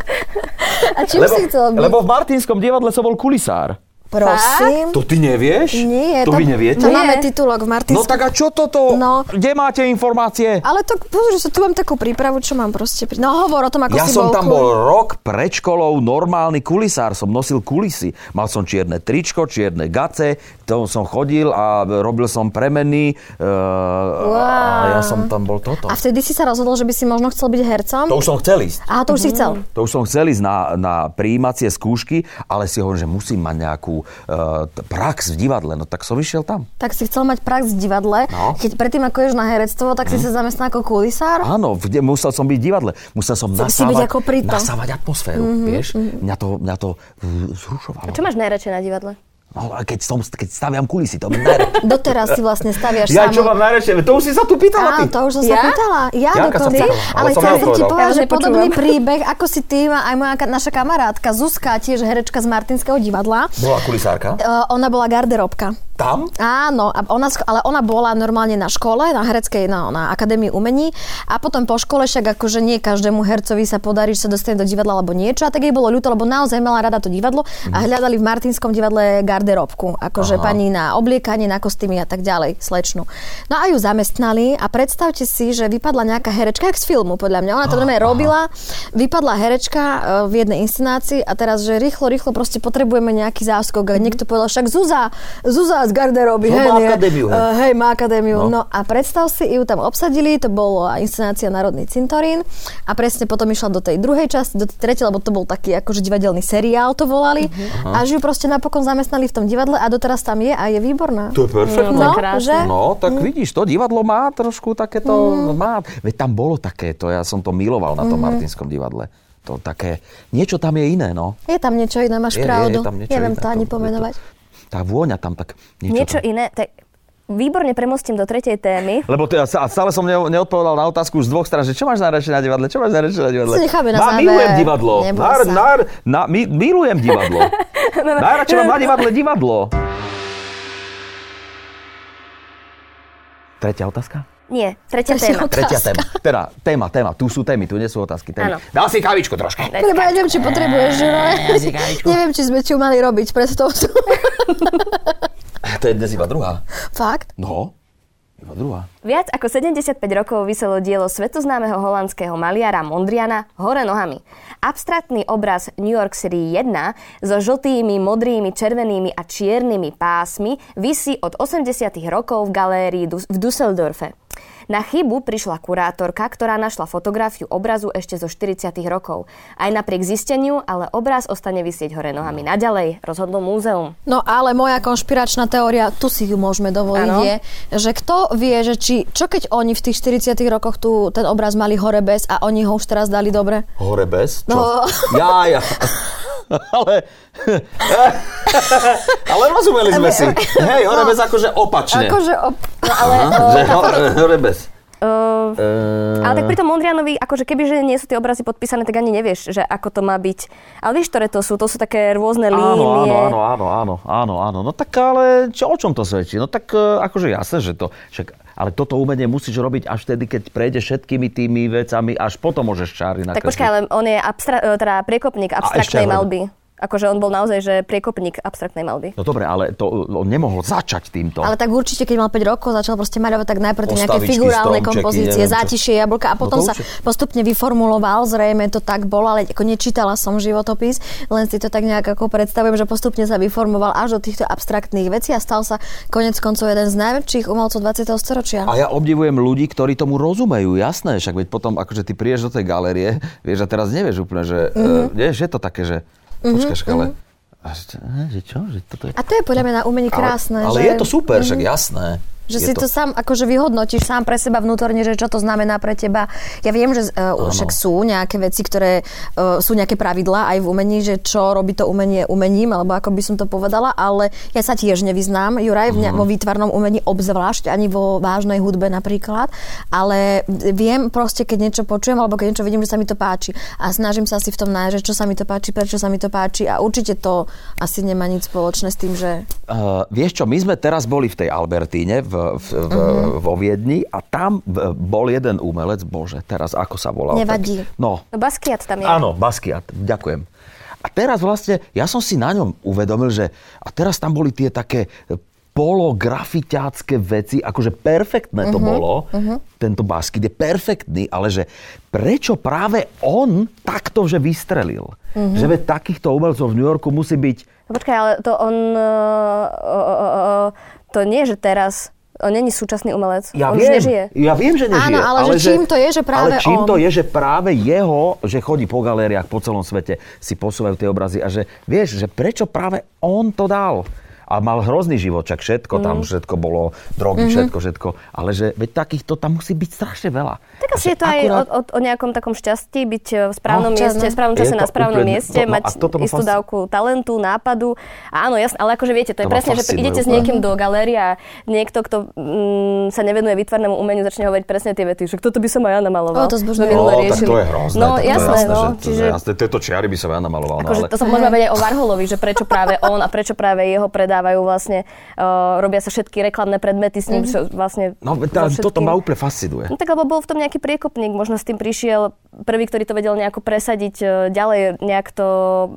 A: A čím si chcel byť?
C: lebo v Martinskom divadle som bol kulisár.
A: Prosím?
C: To ty nevieš?
A: Nie,
C: to,
A: tam-
C: vy neviete?
A: To
B: Nie.
A: máme titulok v
C: No
A: Martinsku.
C: tak a čo toto?
A: No.
C: Kde máte informácie?
A: Ale to, pozri, že tu mám takú prípravu, čo mám proste... Pri... No hovor o tom, ako
C: Ja
A: si
C: som
A: bol.
C: tam
A: cool.
C: bol rok pred školou, normálny kulisár, som nosil kulisy. Mal som čierne tričko, čierne gace, to som chodil a robil som premeny. eh, A ja som tam bol toto.
A: A vtedy si sa rozhodol, že by si možno chcel byť hercom?
C: To už som chcel ísť.
A: Aha, to už si chcel.
C: To už som chcel ísť na, na prijímacie skúšky, ale si hovorím, že musím mať nejakú eh, t- prax v divadle. No tak som išiel tam.
A: Tak si chcel mať prax v divadle.
C: No. Mhm.
A: Keď predtým ako ješ na herectvo, tak si sa zamestnal ako kulisár.
C: Áno, v- kde- musel som byť v divadle. Musel som
A: Chcel si
C: nasávať,
A: byť ako Mhm, pri tom.
C: nasávať atmosféru, vieš? Mňa to, mňa to eh, zrušovalo.
B: Čo máš najradšej na divadle?
C: No, a keď, som, keď staviam kulisy, to mi najradšej.
A: Doteraz si vlastne staviaš
C: Ja
A: sám.
C: čo mám najradšej? To už si sa tu pýtala
A: Áno,
C: ty.
A: to už som sa
B: Ja?
A: pýtala. Ja,
C: Janka
A: dokonca.
C: sa pýtala, ale
A: Ale
C: som
A: chcela som ti
C: neodpovedal.
A: povedať,
B: Ja
A: že
B: nepočúvam.
A: podobný príbeh, ako si ty, má aj moja ka- naša kamarátka Zuzka, tiež herečka z Martinského divadla.
C: Bola
A: E,
C: kulisárka?
A: ona bola garderobka.
C: Tam?
A: Áno, a ona, sch- ale ona bola normálne na škole, na hereckej, na, na akadémii umení a potom po škole však akože nie každému hercovi sa podarí, že sa dostane do divadla alebo niečo a tak jej bolo ľúto, lebo naozaj mala rada to divadlo a hľadali v Martinskom divadle garderobku, akože
C: Aha.
A: pani na obliekanie, na kostýmy a tak ďalej, slečnu. No a ju zamestnali a predstavte si, že vypadla nejaká herečka, jak z filmu podľa mňa, ona to normálne robila, vypadla herečka e, v jednej inscenácii a teraz, že rýchlo, rýchlo proste potrebujeme nejaký záskok
C: Mhm.
A: a niekto povedal, však Zuza, Zuza z garderoby
C: No,
A: hej,
C: má
A: nie.
C: akadémiu, hej.
A: Eh, hej, má akadémiu. No.
C: No.
A: no a predstav si, ju tam obsadili, to bola inscenácia Národný cintorín a presne potom išla do tej druhej časti, do tej tretej, lebo to bol taký akože divadelný seriál, to volali. Uh-huh. A že ju proste napokon zamestnali v tom divadle a doteraz tam je a je výborná.
C: To je perfektné.
A: No,
B: krásne.
A: že?
C: No, tak
A: Mm.
C: vidíš, to divadlo má trošku takéto, má, veď tam bolo takéto, ja som to miloval na tom
A: Mm-hmm.
C: Martinskom divadle. To také, niečo tam je iné, no.
A: Je tam niečo iné, máš pravdu. Neviem
C: iné,
A: to ani
C: je
A: pomenovať.
C: Tá vôňa tam tak, niečo,
B: Niečo
C: tam.
B: iné? Tak výborne premostím do tretej témy.
C: Lebo to ja sa- a stále som ne, neodpovedal na otázku z dvoch strán, že čo máš najradšej na divadle, čo máš najradšej na divadle.
A: Si necháme na
C: Má,
A: záver.
C: milujem divadlo.
A: Neboj
C: Nar,
A: sa.
C: nar, na, mi, milujem divadlo. Najradšej mám na divadle divadlo. Tretia otázka?
B: Nie, tretia
A: Tretia
B: téma.
A: otázka.
C: Tretia téma. Teda, téma, téma. Tu sú témy, tu nie sú otázky. Témy.
B: Áno.
C: Dal si kavičku troška.
A: Lebo ja neviem, či potrebuješ, že no, Neviem, či sme ti ju mali robiť pred tou...
C: To je dnes iba druhá.
A: Fakt?
C: No, iba druhá.
B: Viac ako 75 rokov vyselo dielo svetoznámeho holandského maliara Mondriana Hore nohami. Abstraktný obraz New York City 1 so žltými, modrými, červenými a čiernymi pásmi visí od 80 rokov v galérii Dus- v Düsseldorfe. Na chybu prišla kurátorka, ktorá našla fotografiu obrazu ešte zo 40 rokov. Aj napriek zisteniu, ale obraz ostane visieť hore nohami naďalej, rozhodlo múzeum.
A: No ale moja konšpiračná teória, tu si ju môžeme dovoliť,
B: Áno.
A: je, že kto vie, že či, čo keď oni v tých 40 rokoch tu ten obraz mali hore bez a oni ho už teraz dali dobre?
C: Hore bez? Čo?
A: No.
C: Ja, ja. Ale... Ale rozumeli sme si. Hej, hore bez akože opačne.
A: Akože, op...
B: No ale...
C: Že hore, hore bez.
B: eh,
C: Eh,
B: Ale tak pri tom Mondrianovi, akože kebyže nie sú tie obrazy podpísané, tak ani nevieš, že ako to má byť. Ale vieš, ktoré to sú? To sú také rôzne
C: Áno,
B: línie.
C: áno, áno, áno, áno, áno, áno. No tak ale čo, o čom to svedčí? No tak e, akože jasné, že to. Však, ale toto umenie musíš robiť až vtedy, keď prejde všetkými tými vecami, až potom môžeš čáry nakresliť.
B: Tak počkaj, ale on je abstra- eh, teda priekopník abstraktnej
C: ešte aj
B: malby. Akože on bol naozaj, že priekopník abstraktnej malby.
C: No dobre, ale to, on nemohol začať týmto.
A: No, ale tak určite, keď mal 5 rokov, začal proste maľovať tak najprv tie nejaké
C: Postavičky,
A: figurálne
C: stromčeky,
A: kompozície,
C: neviem čo. No
A: zátišie, jablka a potom
C: to
A: sa
C: určite.
A: postupne vyformuloval, zrejme to tak bolo, ale ako nečítala som životopis, len si to tak nejak ako predstavujem, že postupne sa vyformoval až do týchto abstraktných vecí a stal sa konec koncov jeden z najväčších umelcov 20. storočia.
C: A ja obdivujem ľudí, ktorí tomu rozumejú, jasné, však veď potom, akože ty prídeš do e,
A: Mhm.
C: tej galérie, vieš, a teraz nevieš úplne, že, mm-hmm. vieš, je to také, že, počkaš, mm-hmm. ale A že, eh, že čo? Že toto je...
A: A to je podľa mňa na umení krásne.
D: Ale, ale
A: že, Mhm.
D: je to super, však jasné.
A: Že
D: je
A: si to... sám akože vyhodnotíš sám pre seba vnútorne, že čo to znamená pre teba. Ja viem, že uh, však sú nejaké veci, ktoré uh, sú nejaké pravidlá aj v umení, že čo robí to umenie umením, alebo ako by som to povedala, ale ja sa tiež nevyznám,
D: Mhm.
A: Juraj, v ne- vo výtvarnom umení obzvlášť, ani vo vážnej hudbe napríklad, ale viem proste, keď niečo počujem, alebo keď niečo vidím, že sa mi to páči a snažím sa si v tom nájsť, že čo sa mi to páči, prečo sa mi to páči a určite to asi nemá nič spoločné s tým, že...
C: Uh, vieš čo, my sme teraz boli v tej Albertíne v, v, v, vo Viedni a tam v, bol jeden umelec, bože, teraz ako sa volal? tak-
A: Nevadí.
C: No,
B: No Basquiat tam je.
C: Áno, Basquiat, ďakujem. A teraz vlastne, ja som si na ňom uvedomil, že a teraz tam boli tie také polografiťácké veci, akože perfektné to bolo, tento Basquiat je perfektný, ale že prečo práve on takto, že vystrelil? Že veď takýchto umelcov v New Yorku musí byť
B: No Počkaj, ale to on... e, o, o, o, o, to nie, že teraz. On není súčasný umelec.
C: Ja
B: on
C: viem,
B: už nežije.
C: ja viem, že nežije.
A: Áno, ale že čím to je, že práve
C: Ale čím
A: on?
C: to je, že práve jeho, že chodí po galériách po celom svete, si posúvajú tie obrazy a že vieš, že prečo práve on to dal? A mal hrozný život, čak všetko tam,
B: Mhm.
C: všetko bolo, drogy, všetko, všetko. Ale že veď takýchto tam musí byť strašne veľa.
B: Tak
C: A
B: asi
C: že
B: je to aj o, o, o nejakom takom šťastí, byť e, v
A: No,
B: správnom no,
A: čas, no.
B: mieste, v správnom
C: Je
B: čase,
C: to
B: na správnom
C: úplne-
B: mieste,
C: no, no,
B: mať
C: a toto ma
B: istú
C: fasci-
B: dávku talentu, nápadu. A áno, jasne, ale akože viete, to je
C: To ma
B: presne, že
C: fascinuje
B: idete s
C: úplne.
B: niekým do galérie a niekto, kto mm, sa nevenuje výtvarnému umeniu, začne hovoriť presne tie vety, že toto by som aj ja
A: O,
B: namaloval.
A: to zbožňujem.
B: Sme minule
A: No,
B: riešili. No, jasné, no. Čiže,
C: Tieto čiary by som ja namaloval. no
B: Akože to sa môžeme vedieť aj o Varholovi, že prečo práve on a prečo práve jeho predávajú vlastne, uh, robia sa všetky reklamné predmety
A: Mhm.
B: s ním, mm-hmm. vlastne
C: No,
B: so
C: tá, toto
B: všetkým.
C: ma úplne fascinuje.
B: No tak lebo bol v tom nejaký priekopník, možno s tým prišiel prvý, ktorý to vedel nejako presadiť e, ďalej, nejak to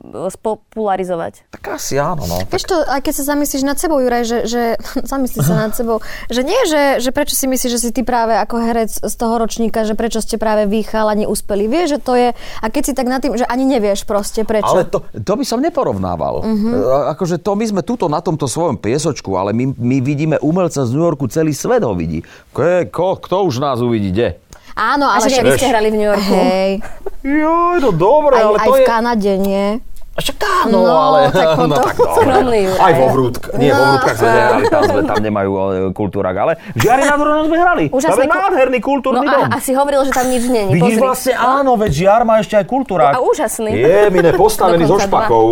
B: e, spopularizovať.
D: Tak asi áno, no.
A: Vieš to, aj keď sa zamyslíš nad sebou, Juraj, že, že zamyslí sa nad sebou, že nie, že, že prečo si myslíš, že si ty práve ako herec z toho ročníka, že prečo ste práve vy chalani úspeli. Vieš, že to je, a keď si tak nad tým, že ani nevieš proste prečo.
C: Ale to, to by som neporovnával.
A: Mhm.
C: Uh-huh. Akože to my sme tuto na tomto svojom piesočku, ale my, my vidíme umelca z New Yorku, celý svet ho vidí. Ke, ko, kto už nás uvidí, kde?
A: Áno, ale
B: A však aj vy ste hrali v New Yorku.
A: Hej,
C: Joj, no dobre,
A: aj, aj v Kanade, nie?
D: A Však áno,
A: No,
D: ale...
A: tak on
D: no,
A: to-
D: tak dobre.
B: Skromný Juraj.
D: Aj vo vrútkach. Nie, vo
A: No.
D: vrútkach sme nehrali.
C: Tam, sme, tam nemajú e, kultúrak, ale v Žiari nad Hronom sme hrali. Tam je
B: ku-
C: nádherný kultúrny
B: no,
C: dom.
B: A, a si hovoril, že tam nič není.
C: Vidíš
B: Pozri.
C: vlastne, áno, veď Žiar má ešte aj kultúrak.
B: A úžasný.
D: Je, mi postavený zo
B: Dokonca dva.
D: špakov.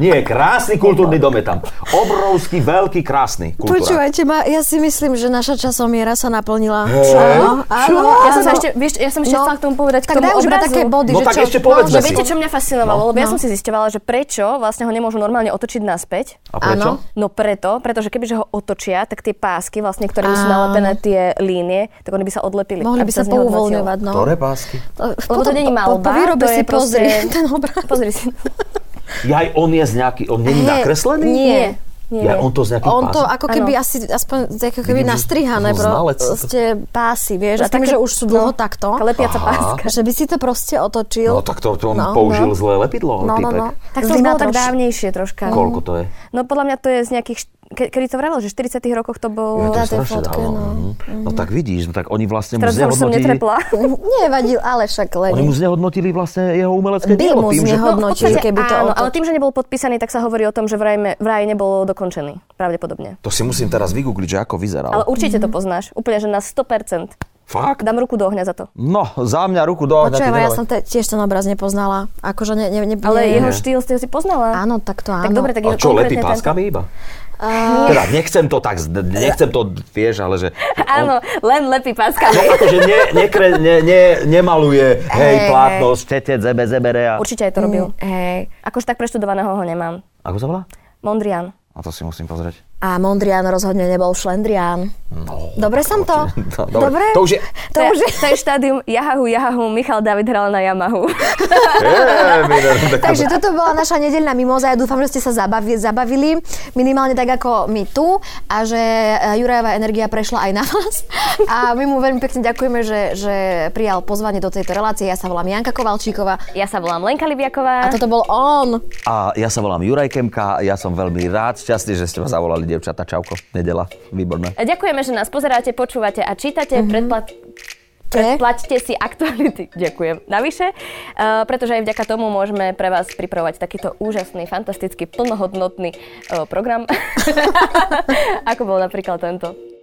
C: Nie, krásny kultúrny dom je tam. Obrovský, veľký, krásny kultúrak.
A: Počúvajte ma, ja si myslím, že naša časomiera sa naplnila.
D: Hej.
A: Áno, áno,
B: No, Ja som sa
A: áno.
B: ešte, vieš, ja som ešte
A: No.
B: chcela k tomu povedať, k
A: tak
B: tomu
A: daj už iba
B: obrazu.
A: také No, body,
D: No
A: že
D: tak
A: čo?
D: ešte povedzme
A: že
B: že
D: si.
A: viete,
B: viete, čo mňa fascinovalo? Lebo ja som si zistovala, že prečo vlastne ho nemôžu normálne otočiť naspäť.
C: A prečo?
A: Áno.
B: No preto, pretože kebyže ho otočia, tak tie pásky, vlastne, ktorými sú nalepené tie línie, tak oni by sa odlepili.
A: mohli
B: aby
A: by sa
B: z neho odletelo.
A: pouvoľňovať. No.
D: Ktoré pásky?
B: Lebo to není
A: po, po
B: malba,
A: výrobe
B: to je
A: si
B: proste-
A: pozri ten obraz.
B: Pozri si.
D: Jaj, on je z nejaký... On není
A: Hej,
D: nakreslený?
A: Eh, Nie.
B: Nie.
D: Jaj, on to z nejakých
A: On to
D: pások.
A: ako keby asi aspoň ako keby
D: Vidím, že-
A: nastrihané
D: no, znalec.
A: proste pásy, vieš. A
B: To sú
A: tým,
B: také-
A: že už sú dlho
B: no,
A: takto,
B: Taká lepiaca
D: Aha.
B: páska.
A: že by si to proste otočil.
D: No tak to, to on
A: No,
D: použil
A: no.
D: zlé lepidlo,
A: No, no,
D: týpek.
A: no.
B: Tak to už bolo tak dávnejšie troška.
D: Koľko to je?
B: No podľa mňa to je z nejakých, št- ke- kedy to vravel, že v 40 rokoch to
D: Je
B: bol...
D: to
A: Na tej
D: strašne
A: fotke,
D: dávno.
A: no.
D: Mhm. No tak vidíš, no tak oni vlastne mu
B: Teraz som No, už som
C: znehodnotili-
B: netrepla.
A: Nevadil, ale však
C: Oni mu
A: len.
C: znehodnotili vlastne jeho
A: By
C: umelecké dielo
A: mu
C: tým, že
A: znehodnotil,
B: V podstate
A: keby to
B: áno,
A: oto-
B: ale tým, že nebol podpísaný, tak sa hovorí o tom, že vraj, me- vraj nebol dokončený, pravdepodobne.
D: To si musím teraz vygoogliť, že ako vyzeral.
B: Ale určite to poznáš, úplne, že na 100%.
D: Fakt?
B: Dám ruku do ohňa za to.
C: No, za mňa ruku do ohňa.
A: Počujem,
C: ty
A: ja
C: dávaj.
A: som te, tiež ten obraz nepoznala. Akože ne, ne, ne,
B: Ale
A: ne,
B: jeho štýl ste ho si poznala.
A: Áno, tak to áno.
B: Tak dobre, tak
D: A
B: je
D: čo, lepí
B: konkrétne tento.
D: páskami iba? Teda nechcem to tak, zd- nechcem to, vieš, ale že...
B: Áno, len lepí
D: No,
B: páskami.
D: akože ne, nekre, ne, ne, nemaluje, hej,
A: Hej,
D: plátno, štetec, zebe, zebere a...
B: Určite aj to robil.
A: Hej.
B: Akože tak preštudovaného ho nemám.
D: Ako sa volá?
B: Mondrian.
D: A to si musím pozrieť.
A: A Mondrian rozhodne nebol šlendrián.
D: No,
A: Dobre som to?
D: No, dobre. To už je...
A: To už
B: je... to je štádium Jahahu, Jahahu, Michal David hral na Yamahu.
D: Je, Miner, tak-
A: Takže toto bola naša nedeľná mimoza. Ja dúfam, že ste sa zabavi, zabavili, minimálne tak ako my tu a že e, Jurajová energia prešla aj na vás. A my mu veľmi pekne ďakujeme, že, že prijal pozvanie do tejto relácie. Ja sa volám Janka Kovalčíková
B: ja sa volám Lenka
A: a
B: Libiaková.
A: toto bol on.
C: A ja sa volám Juraj Kemka, ja som veľmi rád, šťastný, že ste ma zavolali, devčata. Čauko, nedela, výborné.
B: Mhm. Ďakujeme, že nás pozeráte, počúvate a čítate. Predplat... Plaťte si aktuality. Ďakujem. Navyše, uh, pretože aj vďaka tomu môžeme pre vás pripravovať takýto úžasný, fantastický, plnohodnotný uh, program, ako bol napríklad tento.